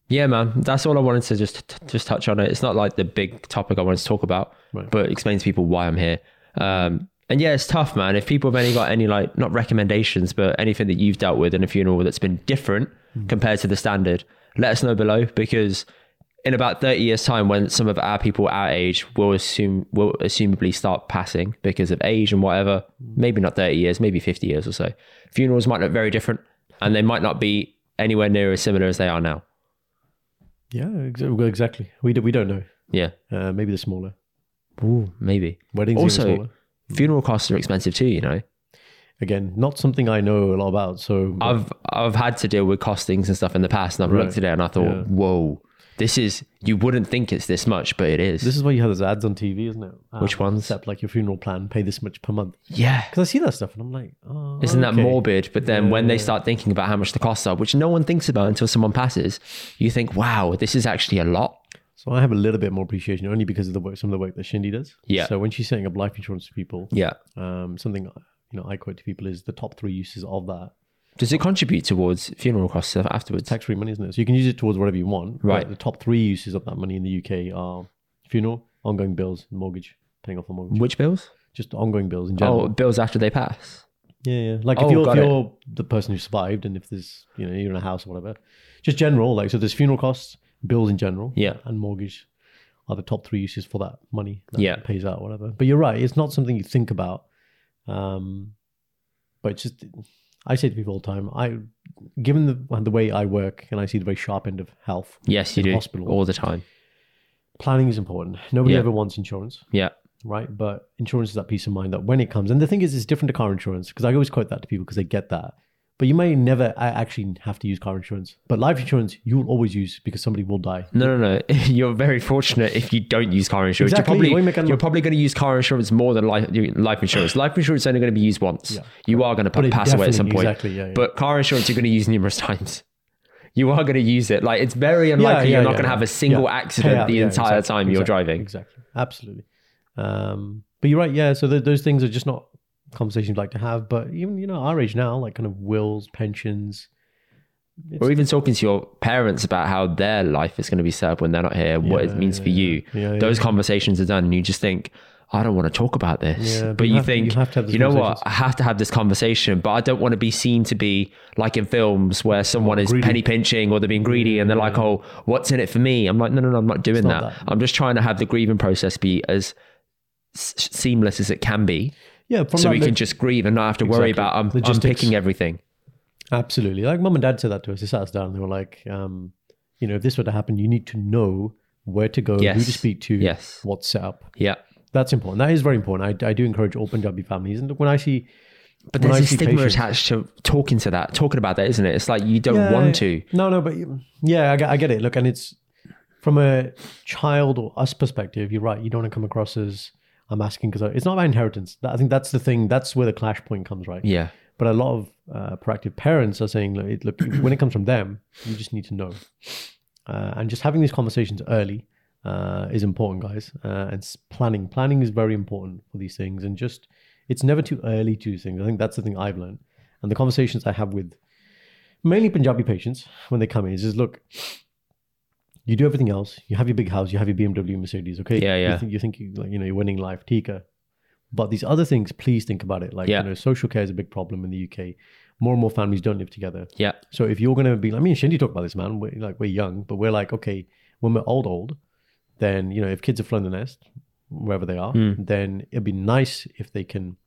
Yeah, man, that's all I wanted to just t- just touch on it. It's not like the big topic I wanted to talk about,
Right.
but explain to people why I'm here. Um, and yeah, it's tough, man. If people have any got any like not recommendations, but anything that you've dealt with in a funeral that's been different compared to the standard, let us know below because in about 30 years time when some of our people our age will assume will assumably start passing because of age and whatever maybe not 30 years maybe 50 years or so funerals might look very different and they might not be anywhere near as similar as they are now
yeah, ex- well, exactly. We do, we don't know.
yeah
Uh, maybe the smaller
Ooh, maybe.
weddings.
Also-
even smaller.
Funeral costs are expensive too, you know.
again, not something I know a lot about. So
I've I've had to deal with costings and stuff in the past, and I've
Right.
looked at it and I thought,
Yeah.
whoa, This is you wouldn't think it's this much, but it is.
This is why you have those ads on TV, isn't it? Um,
Which ones?
Except like your funeral plan, pay this much per month.
yeah.
Because I see that stuff and I'm like, oh,
Isn't that
okay.
morbid? But then when they start thinking about how much the costs are, which no one thinks about until someone passes, you think, wow, this is actually a lot.
So I have a little bit more appreciation only because of the work, some of the work that Shindy does.
Yeah.
So when she's setting up life insurance for people,
Yeah.
um, something you know I quote to people is the top three uses of that
Does it contribute towards funeral costs afterwards?
tax free money, isn't it? So you can use it towards whatever you want. but
Right.
The top three uses of that money in the UK are funeral, ongoing bills, and mortgage, paying off the mortgage.
Which bills?
Just ongoing bills in
Oh,
general.
bills after they pass.
Yeah, yeah. Like
Oh,
if you're, if
got it.
you're the person who survived, and if there's you know you're in a house or whatever, just general. Like so, there's funeral costs, bills in general,
Yeah.
and mortgage are the top three uses for that money. That
Yeah.
pays out or whatever. But you're right; it's not something you think about. Um, but it's just I say to people all the time, I given the the way I work and I see the very sharp end of health,
Yes, you
In
do.
hospital.
All the time.
planning is important. Nobody
Yeah.
ever wants insurance
Yeah.
right? But insurance is that peace of mind that when it comes, and the thing is, it's different to car insurance because I always quote that to people because they get that. But you may never a- actually have to use car insurance, but life insurance you will always use because somebody will die.
No, no, [laughs] no. You're very fortunate if you don't use car insurance.
Exactly,
You're
we
probably,
make a-
you're probably going to use car insurance more than life, life insurance. life insurance is only going to be used once.
Yeah.
you are going
But
to
it
pass away at some
definitely-
point.
exactly, yeah, yeah.
But car insurance, you're going to use numerous [laughs] times. You are going to use it. Like it's very unlikely
yeah,
you're not
yeah,
going to
yeah.
have a single
Yeah.
accident
Yeah,
the
yeah,
entire
exactly,
time you're
exactly,
driving.
Exactly, absolutely. Um, but you're right, yeah. So th- those things are just not conversations you'd like to have. But even you know our age now, like kind of wills, pensions.
Or even talking to your parents about how their life is going to be set up when they're not here, what
Yeah,
it means
yeah,
for you.
yeah, yeah.
Those conversations are done, and you just think, I don't want to talk about this.
Yeah,
but,
but you
you
have to-
think,
you have to have those
you know what?
conversations.
I have to have this conversation, but I don't want to be seen to be like in films where someone is
Greedy.
penny pinching or they're being greedy and they're like, oh, what's in it for me? I'm like, no, no, no, I'm not doing
not
that.
that.
I'm just trying to have the grieving process be as s- seamless as it can be
Yeah, from
so
that
we
lit-
can just grieve and not have to
Exactly.
worry about I'm, I'm
Logistics.
picking everything.
Absolutely. Like mum and dad said that to us. They sat us down and they were like, um, you know, if this were to happen, you need to know where to go, who
Yes.
to speak to,
Yes.
what's set up.
Yeah.
That's important. That is very important. I, I do encourage all Punjabi families. And when I see,
But
When
there's
I
a
see
stigma
patients-
attached to talking to that, talking about that, isn't it? It's like you don't want to.
No, no, but yeah, I get, I get it. Look, and it's from a child or us perspective, you're right. You don't want to come across as I'm asking because it's not about inheritance. That- I think that's the thing. That's where the clash point comes, right?
Yeah.
But a lot of uh, proactive parents are saying, look, it-
[coughs]
look, when it comes from them, you just need to know. Uh, and just having these conversations early uh, is important, guys. Uh, and s- planning, planning is very important for these things. And just, it's never too early to do things. I think that's the thing I've learned. And the conversations I have with mainly Punjabi patients when they come in is, is look, you do everything else. You have your big house. You have your BMW, Mercedes. Okay.
Yeah, yeah.
You think you think you, like, you know you're winning life, Tika. But these other things, please think about it. Like
Yeah.
you know, social care is a big problem in the UK. More and more families don't live together.
Yeah.
So if you're gonna be, I mean, Shindy talked about this, man. We're, like we're young, but we're like, okay, when we're old, old, then you know, if kids have flown the nest, wherever they are,
Hmm.
then it'd be nice if they can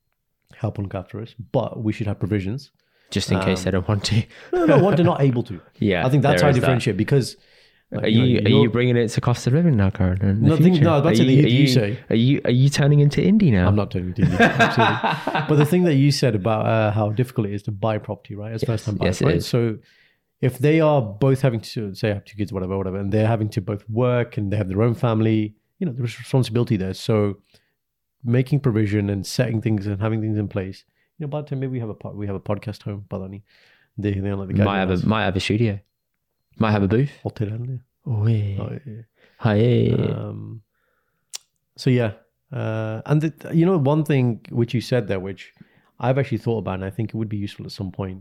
help and look after us. But we should have
[laughs]
provisions.
Just in case they don't want to. [laughs]
No, no, what they're not able to.
Yeah,
Um, I think that's
there
how I
is that.
differentiate because. like,
Are
know,
you, are
you're-
you bringing it to cost of living now, Karen? in the
No, I think-
future?
no, I was about to
Are
say that
you,
you-
are
you
you,
say.
Are you are you turning into indie now?
I'm
[laughs]
not turning to you. Absolutely. but the thing that you said about uh, how difficult it is to buy property, right? As first time buyers,
yes, it
right?
is.
So if they are both having to say have two kids, whatever, whatever, and they're having to both work and they have their own family, you know, there's responsibility there. So making provision and setting things and having things in place. You know, by the time maybe we have a pod, we have a podcast home, Balani. They they are like the guy.
[laughs] might have a might have a studio. Might have a booth. Oh, yeah.
Oh, yeah.
Hi, yeah.
Um, so yeah, uh, and the, you know one thing which you said there, which I've actually thought about, and I think it would be useful at some point,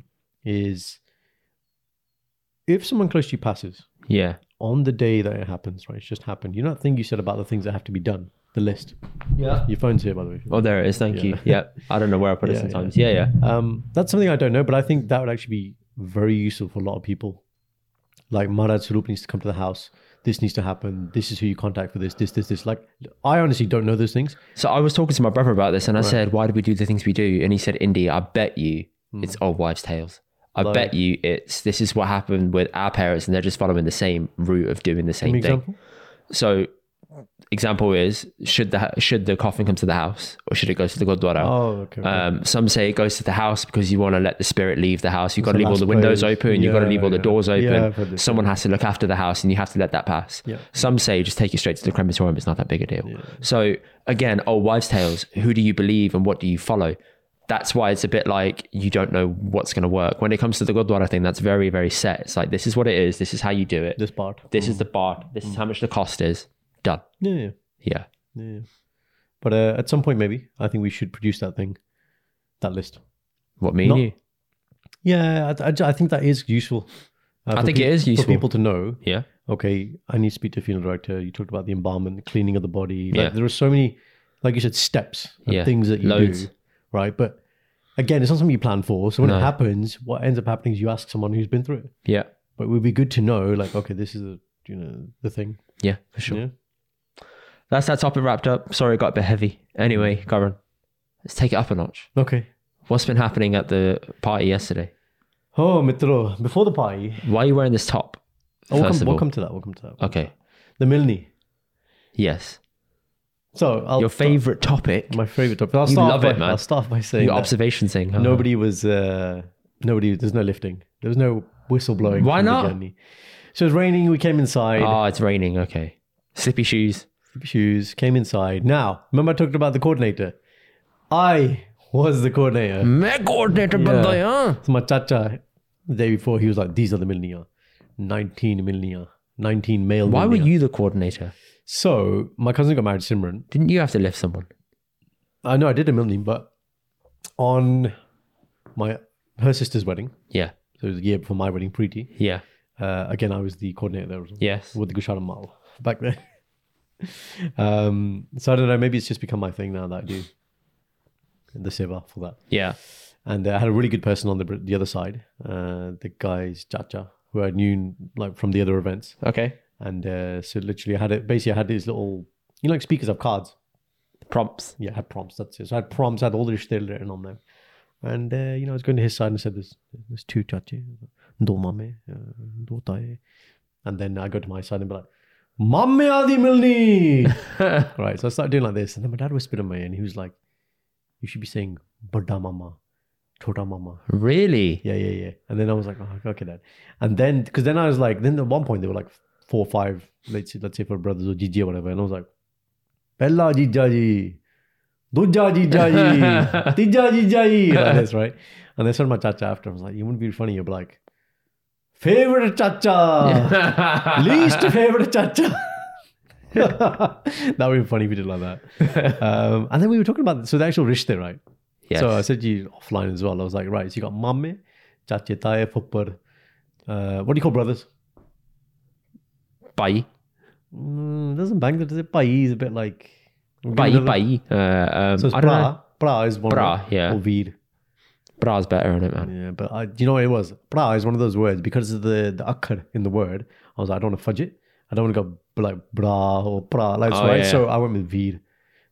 is if someone close to you passes
yeah.
on the day that it happens, right? It's just happened. You know that thing you said about the things that have to be done, the list.
Yeah.
Your phone's here, by the way.
Oh, there it is. Thank
Yeah.
you. Yeah. I don't know where I put
[laughs]
it
Yeah, yeah.
sometimes. Yeah, yeah.
Um, that's something I don't know, but I think that would actually be very useful for a lot of people. Like Maharaj Sarup needs to come to the house. This needs to happen. This is who you contact for this. This, this, this. Like, I honestly don't know those things.
So I was talking to my brother about this, and I said, "Why do we do the things we do?" And he said, "Indy, I bet you it's old wives' tales. I
Hmm. Like-
bet you it's this is what happened with our parents, and they're just following the same route of doing the same
Give me
thing."
an example.
So example is should the should the coffin come to the house or should it go to the gurdwara?
Oh, okay. okay.
Um, some say it goes to the house because you want to let the spirit leave the house. You've got to
the
leave all
last
the windows
place.
open. You've got to
Yeah,
leave all the
yeah.
doors open.
Yeah, I've heard this,
Someone has to look after the house and you have to let that pass.
Yeah.
Some say just take it straight to the crematorium. It's not that big a deal. So again, old wives' tales. Who do you believe and what do you follow? That's why it's a bit like you don't know what's going to work. When it comes to the Godwara thing, that's very, very set. It's like, this is what it is. This is how you do it.
this Mm. part.
This is the part. This is how much the cost is. Done.
Yeah, yeah,
Yeah.
yeah. yeah. But uh, at some point, maybe I think we should produce that thing, that list.
What me and
Not-
you?
Yeah, I, I- I think that is useful. uh,
I
for
think it
peop-
is
for
useful.
people to know.
Yeah.
Okay, I need to speak to a funeral director. You talked about the embalmment, the cleaning of the body. Like,
Yeah.
There are so many, like you said, steps and
Yeah,
things that you
loads.
do, right? But again, it's not something you plan for. So when
No.
it happens, what ends up happening is you ask someone who's been through it.
Yeah.
But it would be good to know, like, okay, this is a, you know the thing.
Yeah, for sure.
Yeah.
That's that topic wrapped up. Sorry, it got a bit heavy. Anyway, Goran, let's take it up a notch.
Okay.
What's been happening at the party yesterday?
Oh, Mitro, before the party,
Why are you wearing this top?
oh, we'll,
First
come,
of
we'll
all. uh,
come to that. We'll come to that.
Okay.
The Milne.
Yes.
So I'll
Your
start-
favorite topic,
Oh, My favorite topic. I'll
You
start
love
by,
it, man.
I'll start by saying
your
that.
observation thing. huh?
Nobody was. Uh, nobody. There's no lifting. There was no whistle blowing.
Why
from the
not?
gurney. So it was raining. We came inside.
Ah, it's raining. Okay. Slippy shoes.
shoes. Came inside. Now, remember I talked about the coordinator. I was the coordinator.
Mm.
banda hai, So my chacha, the day before, he was like, "These are the millionaire, nineteen millionaire, nineteen male."
Why were
millionaire."
you the coordinator?
So my cousin got married, Simran.
Didn't you have to lift someone?
I know I did a millionaire, but on my her sister's wedding,
Yeah.
so it was the year before my wedding, Preeti.
Yeah.
Uh, again, I was the coordinator there as well.
Yes.
with the Gujarat Mall back then. [laughs] um, so I don't know. Maybe it's just become my thing now that I do the seva for that.
Yeah.
And uh, I had a really good person on the br- the other side. Uh, the guy's Chacha, who I knew like from the other events.
Okay.
And uh, so literally, I had it. Basically, I had these little, you know, like speakers of cards.
Prompts.
Yeah, I had prompts. That's it. So I had prompts. I had all the shit written on them. And uh, you know, I was going to his side and said, "There's there's two chachi, do mame, uh, do tae." And then I go to my side and be like, "Mamme adi milni." [laughs] right. So I started doing like this, and then my dad whispered in my ear, and he was like, "You should be saying bada mama, chota mama."
[laughs] Really?
Yeah, yeah, yeah. And then I was like, "Oh, okay, dad." And then because then I was like, then at one point they were like four, or five, let's say, let's say for brothers or Gigi or whatever, and I was like, "Bella Gigi ji." Duja ji jayi, tija ji jayi, like this, right? And they said my chacha after. I was like, you wouldn't be funny. You'd be like, favorite
[laughs]
chacha, least favorite chacha. [laughs] that would be funny if we did like that. Um, and then we were talking about so the actual rishte, right?
Yes.
So I said to you offline as well. I was like, right, so you got mamme, chache, tae, puppar. Uh, what do you call brothers?
Bye.
Mm, doesn't bang that. Does it? Pai is a bit like.
Bye. Bye. Uh, um,
So it's
I don't know.
pra. Pra is one.
Pra,
word.
yeah.
Or veer.
Bra's better in it, man.
Yeah, but I, do you know what it was? Pra is one of those words because of the the akkar in the word. I was like, I don't want to fudge it. I don't want to go b- like bra or pra. Like,
Oh,
right?
yeah,
So I went with veer.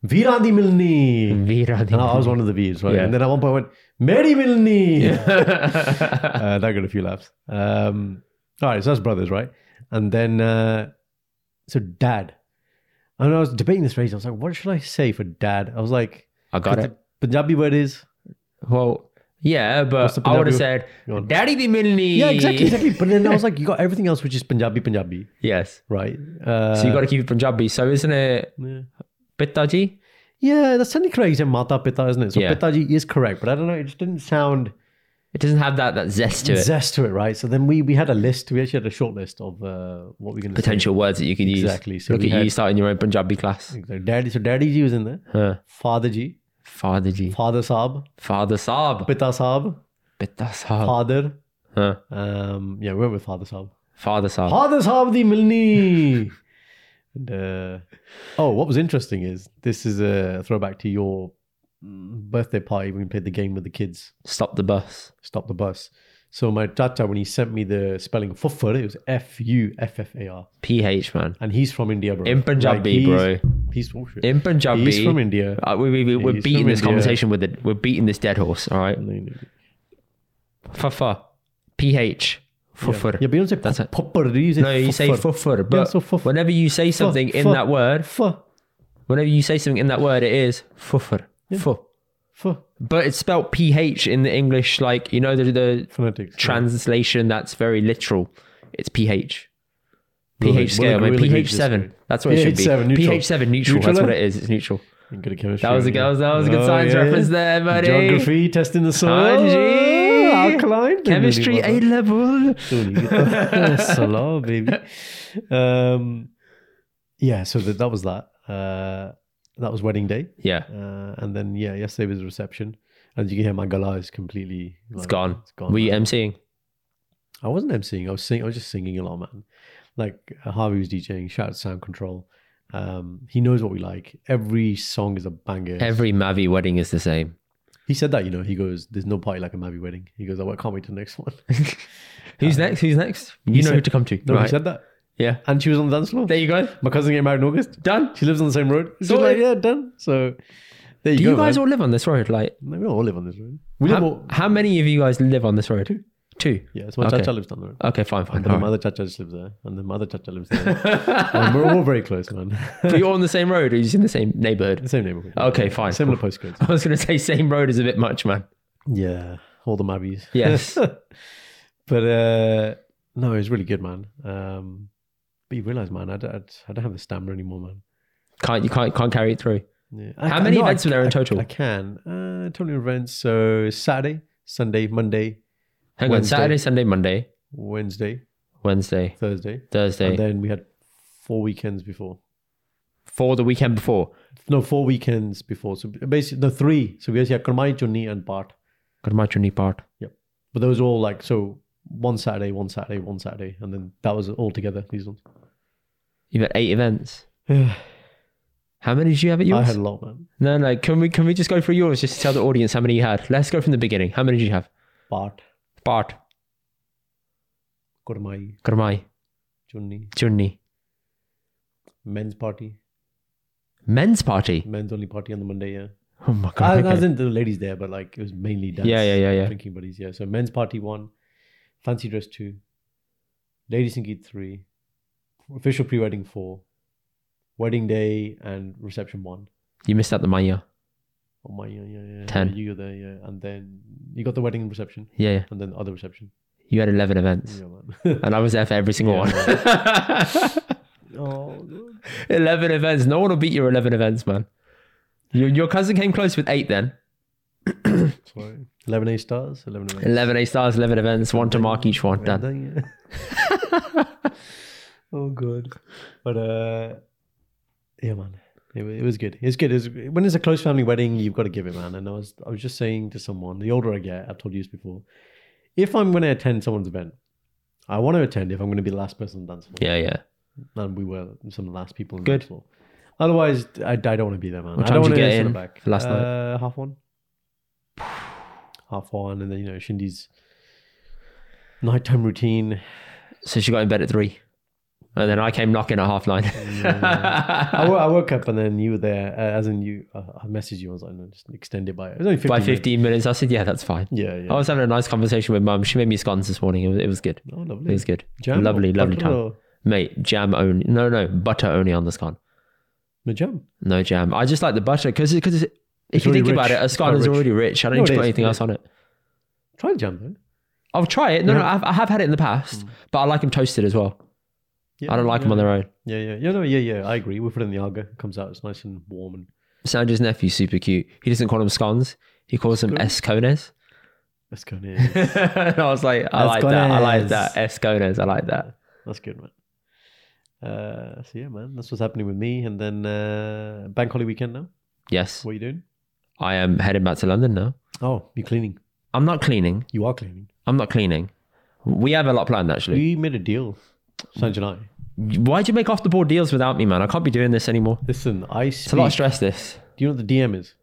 Veerandi
[laughs]
milni.
Vera
And I was one of the veers, right?
Yeah.
And then at one point I went, Mary milni. [laughs] uh, that got a few laughs. Um, all right, so that's brothers, right? And then, uh, so dad. And I was debating this phrase. I was like, what should I say for dad? I was like,
[laughs] I got
'cause
it.
the Punjabi word is.
[laughs] Well, yeah,
What's
but
the
I would have
Punjabi-
said,
Go on.
Daddy be Milni.
Yeah, exactly, exactly. But then I
[laughs]
was like, you got everything else, which is Punjabi, Punjabi,
yes.
right? Uh,
So you got to keep it Punjabi. So isn't it
yeah.
Pitaji?
yeah, that's technically correct. You said Mata Pita, isn't it? So
Yeah.
Pitaji is correct, but I don't know. It just didn't sound
It doesn't have that, that zest to it.
zest to it, right? So then we we had a list. We actually had a short list of uh, what we're going to
Potential words that you could use.
Exactly. So
Look
we
at you
had-
starting your own Punjabi class.
Exactly. Daddy. So Daddy Ji was in there.
Huh.
Father Ji.
Father G.
Father Saab.
Father Saab.
Pita Saab.
Pita Saab.
Father.
Huh.
Um, yeah, we went with Father Saab.
Father Saab.
Father Saab the Milni. and, uh, oh, what was interesting is this is a throwback to your mm, birthday party when we played the game with the kids.
Stop the bus.
Stop the bus. So my tata, when he sent me the spelling of fufar, it was F U F F A R,
PH, man.
and he's from India, bro.
In Punjabi,
he's-
bro.
He's, oh, shit.
In Punjabi.
he's from India.
Uh, we, we, we, we're
He's
beating
from
this
India.
conversation with it. We're beating this dead horse, all right? Fafa. PH. Fufur.
Yeah, but you don't say
That's it.
pupper, do you? say
No, you say fufur, but
so fufur.
whenever you say something in
fu-
that word,
Fu,
whenever you say something in that word, it is fufur. Fu.
fu.
But it's spelled PH in the English, like, you know, the, the
Phonetics.
translation that's very literal. It's PH.
Really-
PH scale,
really
man.
good
PH
this
seven.
week.
That's what it should be.
PH7 neutral.
PH seven neutral.
Neutral,
That's what
eh?
it is. It's neutral.
I'm good at chemistry.
That was a that was, that was a good
Oh,
science
yeah.
reference there, buddy.
Geography, testing the soil.
Sanji.
Alkaline.
Chemistry A level.
[laughs] A. Salah, baby. Um, yeah, so that, that was that. Uh, that was wedding day.
Yeah.
Uh, and then, yeah, yesterday was the reception. And you can hear my gala is completely.
It's gone.
It's
Were you emceeing?
I wasn't emceeing. I was sing- I was just singing a lot, man. Like uh, Harvey was DJing. Shout out to Sound Control. Um, he knows what we like. Every song is a banger.
Every Mavi wedding is the same.
he said that, you know. He goes, "There's no party like a Mavi wedding." He goes, "I can't wait till the next one." [laughs]
Who's next? Who's next? You know who
Uh, said-
to come to.
no, he
right.
said that,
Yeah.
and she was on the dance floor.
There you go.
My cousin getting married in August.
Done.
She lives on the same road. She's
Sorted.
like, "Yeah, done." So there you
Do
go.
you guys
man.
all live on this road? Like,
No, we don't all live on this road. We live
how,
all.
how many of you guys live on this road? Two.
Yeah, so my
Okay.
chacha lives down the road.
Okay, fine, fine.
And then
all
my
right.
other chacha just lives there, and then my other chacha lives
[laughs]
there. and we're all very close, man. [laughs]
But you're on the same road or you're in the same neighborhood?
the same neighborhood.
Okay, fine.
Similar postcodes.
I was going to say same road is a bit much, man.
Yeah, all the Mabbies. [laughs]
Yes.
but uh, no, it was really good, man. Um, but you realize, man, I don't, I don't- I don't have the stamina anymore, man.
Can't you can't can't carry it through.
Yeah.
How many
no,
events were there in
I-
total?
I can. Uh, total events. So Saturday, Sunday, Monday,
Hang
Wednesday.
on, Saturday, Sunday, Monday,
Wednesday,
Wednesday,
Thursday,
Thursday,
and then we had four weekends before.
for the weekend before.
No, four weekends before. So basically, the three. So we actually had Karmai, Chunni, and Bart.
Good match on part.
But those all like so one Saturday, one Saturday, one Saturday, and then that was all together. These
[sighs]
ones.
You've had eight events.
Yeah.
How many did you have at yours?
I had a lot, man.
no, no. Can we can we just go through yours just to tell the audience how many you had? Let's go from the beginning. How many did you have?
Bart,
Bart,
Kurmai,
Karmai,
Chunni,
Chunni.
men's party,
Men's party.
men's only party on the Monday. Yeah,
Oh my
I,
god.
I
okay.
was in the ladies there, but like it was mainly dance.
Yeah, yeah, yeah, yeah.
Drinking buddies. Yeah, so men's party one, fancy dress two, ladies and geek three, official pre-wedding four, wedding day and reception one.
You missed out the Maya.
Oh my, yeah, yeah, yeah.
Ten.
Yeah, you were there, yeah, and then you got the wedding and reception,
Yeah, yeah.
and then the other reception.
You had eleven events,
Yeah, man. [laughs]
and I was there for every single one.
oh,
[laughs] eleven events. No one will beat your eleven events, man. Your your cousin came close with eight then.
sorry. Eleven A stars, eleven A.
Eleven A stars, eleven events, one to mark each one. Done.
Done. [laughs] oh good, but uh, yeah, man, it, wa- it was good. It's good. It was, when it's a close family wedding, you've got to give it, man. And I was, I was just saying to someone, the older I get, I've told you this before. If I'm going to attend someone's event, I want to attend if I'm going to be the last person on the dance floor.
Yeah, yeah.
And we were some of the last people on the
Good.
dance floor. Otherwise, I, I don't want to be there, man.
What
I
time
don't want
did you
to
get
sit
in
back.
for last night?
Uh, half one. Half one, and then you know Shindy's nighttime routine.
So she got in bed at three. And then I came knocking at half nine.
I, wo- I woke up and then you were there, uh, as in you. Uh, I messaged you. I was like, no, just extend it by. It was only 15
[laughs] By Oh,
minutes.
15 minutes, I said, yeah, that's fine.
Yeah, yeah.
I was having a nice conversation with mum. She made me scones this morning. It was, it was good.
oh, lovely.
It was good.
Jam
lovely,
or
lovely
butter
time.
or-
Mate, jam only. No, no, butter only on the scone.
No jam.
No jam. I just like the butter because because if
It's
you
already
think about
rich.
it, a
It's
scone
quite
is
rich.
already rich. I don't
No,
need to
it
put
is,
anything
it
else
is.
on it.
Try the jam though.
I'll try it. No, no,
Yeah.
I've, I have had it in the past, but I like them toasted as well.
Yeah,
I don't like them on their own.
Yeah, yeah, yeah. No, yeah, yeah. I agree. We put it in the alga. It comes out. It's nice and warm and
Sandra's nephew's super cute. He doesn't call them scones. He calls them escones. [laughs]
let's go near.
and I was like, I like that. I like that. Escones. I like that.
That's good, man. Uh, so yeah, man, that's what's happening with me. And then uh, bank holiday weekend now.
Yes.
What are you doing?
I am heading back to London now.
Oh, you're cleaning.
I'm not cleaning.
You are cleaning.
I'm not cleaning. We have a lot planned actually.
We made a deal, Sanjay and I.
Why'd you make off the board deals without me, man? I can't be doing this anymore.
Listen, I speak.
It's a lot of stress this.
Do you know what the DM is?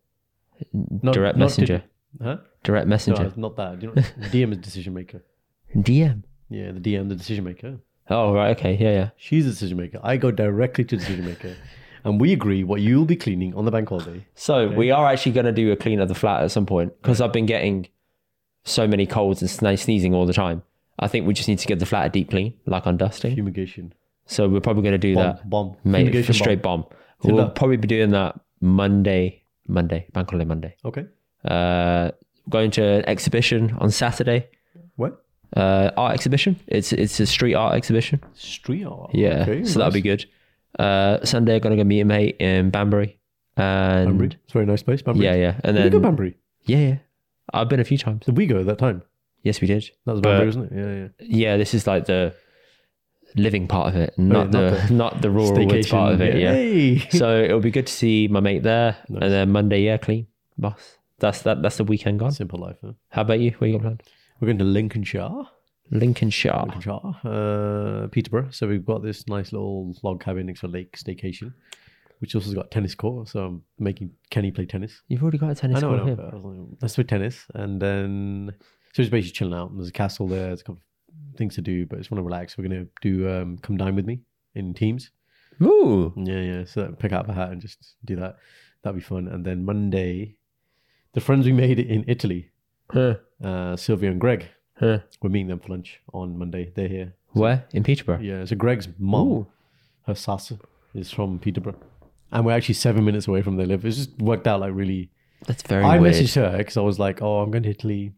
Not,
Direct
not
messenger.
di- huh?
Direct
No,
messenger.
it's not that. Do you know what DM is decision maker?
DM.
Yeah, the DM, the decision maker.
Oh right, okay, yeah, yeah.
She's the decision maker. I go directly to the decision maker, and we agree what you'll be cleaning on the bank holiday.
So we are actually gonna do a clean of the flat at some point because I've been getting so many colds and sne- sneezing all the time. I think we just need to get the flat a deep clean, like on dusting.
Fumigation.
So we're probably going to do
Bomb.
that.
bomb.
Mate,
Fumigation
for straight bomb.
Did
We'll
that.
probably be doing that Monday, Monday, bank holiday Monday.
bomb. Okay.
Uh, going to an exhibition on Saturday,
What?
uh, art exhibition. It's it's a street art exhibition.
Street art.
Yeah,
Okay,
so that'll be
nice.
good. Uh, Sunday, going to go meet a mate in Banbury, and
Banbury. It's a very nice place. Banbury.
yeah, yeah, and
Did we go
then
Banbury?
yeah, yeah, I've been a few times.
Did we go that time?
Yes, we did.
That was
But-
Banbury, wasn't it? Yeah, yeah.
Yeah, this is like the living part of it, not,
Oh, not
the, [laughs] not the rural woods part of it. Yeah.
Hey.
so it'll be good to see my mate there,
Nice.
and then Monday, yeah, clean, boss. That's that. That's the weekend
[laughs]
gone.
Simple life. Huh?
How about you? What you got planned?
We're going to Lincolnshire.
Lincolnshire.
Lincolnshire, uh, Peterborough. So we've got this nice little log cabin next to a lake staycation, which also has got a tennis court. So I'm making Kenny play tennis.
You've already got a tennis
I know,
court
I know.
here.
but I was like, Let's play tennis, and then so it's basically chilling out. There's a castle there. There's a couple of things to do, but I just want to relax. We're gonna do um, come dine with me in teams.
Ooh,
Yeah, yeah. So that, pick out a hat and just do that. That'd be fun. And then Monday, the friends we made in Italy,
huh,
uh, Sylvia and Greg,
huh.
we're meeting them for lunch on Monday. They're here.
Where in Peterborough?
Yeah. Oh. So Greg's mum.
Ooh.
her sasa is from Peterborough. And we're actually seven minutes away from their live. It's just worked out like really.
That's very
I
weird.
messaged her because I was like, oh, I'm going to Italy,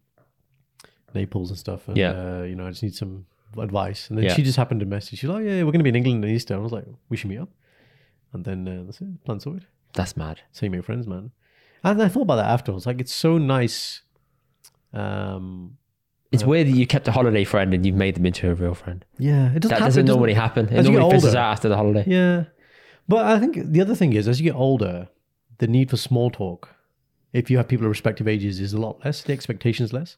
Naples and stuff. And,
Yeah.
uh, you know, I just need some advice. And then
Yeah.
she just happened to message. She's like, oh, yeah, we're going to be in England at Easter. I was like, we should meet up. And then uh, that's it. Plan sorted.
That's mad.
So you make friends, man. And I thought about that afterwards. Like, it's so nice. Um,
It's weird that you kept a holiday friend and you've made them into a real friend.
yeah, it doesn't
That
happen.
doesn't
it doesn't-
normally happen. It
as you get
normally fizzles
older-
out after the holiday.
Yeah. But I think the other thing is, as you get older, the need for small talk, if you have people of respective ages, is a lot less. The expectation's less.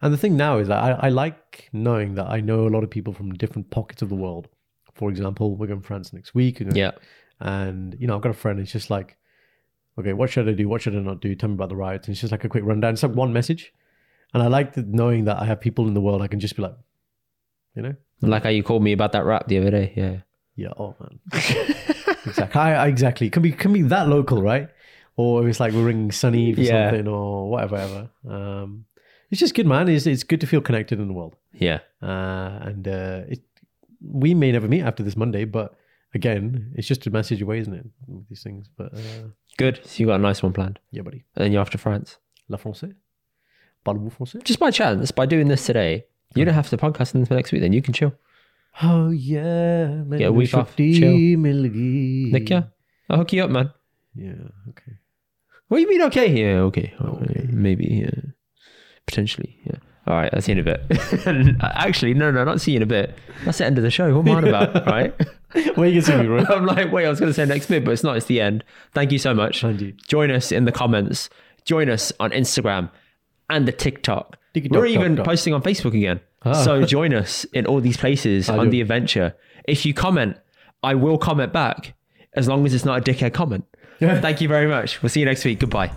And the thing now is that I, I like knowing that I know a lot of people from different pockets of the world. For example, we're going to France next week. we're going-
Yeah.
And, you know, I've got a friend, it's just like, okay, what should I do? What should I not do? Tell me about the riots. And it's just like a quick rundown. It's like one message. And I like that knowing that I have people in the world I can just be like, you know,
Like how you called me about that rap the other day. Yeah.
yeah, oh man. exactly. I, I- exactly. Can be can be that local, right? Or if it's like we're ringing Sunny for
Yeah.
something or whatever. whatever. Um, it's just good, man. It's it's good to feel connected in the world.
Yeah.
Uh, and uh, it, we may never meet after this Monday, but again, it's just a message away, isn't it? With these things. But uh,
Good. So you got a nice one planned.
yeah, buddy.
And then you're off to France.
La française. Parlez-vous français?
Just by chance, by doing this today, you don't have to podcast until next week. Then you can chill.
Oh yeah,
Get a week off, chill. Nick, yeah. I'll hook you up, man.
Yeah. Okay.
What do you mean? Okay. Yeah. Okay.
Okay.
Maybe. Yeah. Potentially. Yeah. All right. I'll see you in a bit. [laughs] Actually, no, no, not see you in a bit. That's the end of the show. What am I on about? [laughs] Right.
Where you gonna see me, bro?
[laughs] I'm like, wait, I was going to say next bit, but it's not. It's the end. Thank you so much.
Thank you.
Join us in the comments. Join us on Instagram and the TikTok.
TikTok,
We're even
TikTok.
posting on Facebook again.
Ah.
So join us in all these places on
do.
the adventure. If you comment, I will comment back as long as it's not a dickhead comment. Thank you very much. We'll see you next week. Goodbye.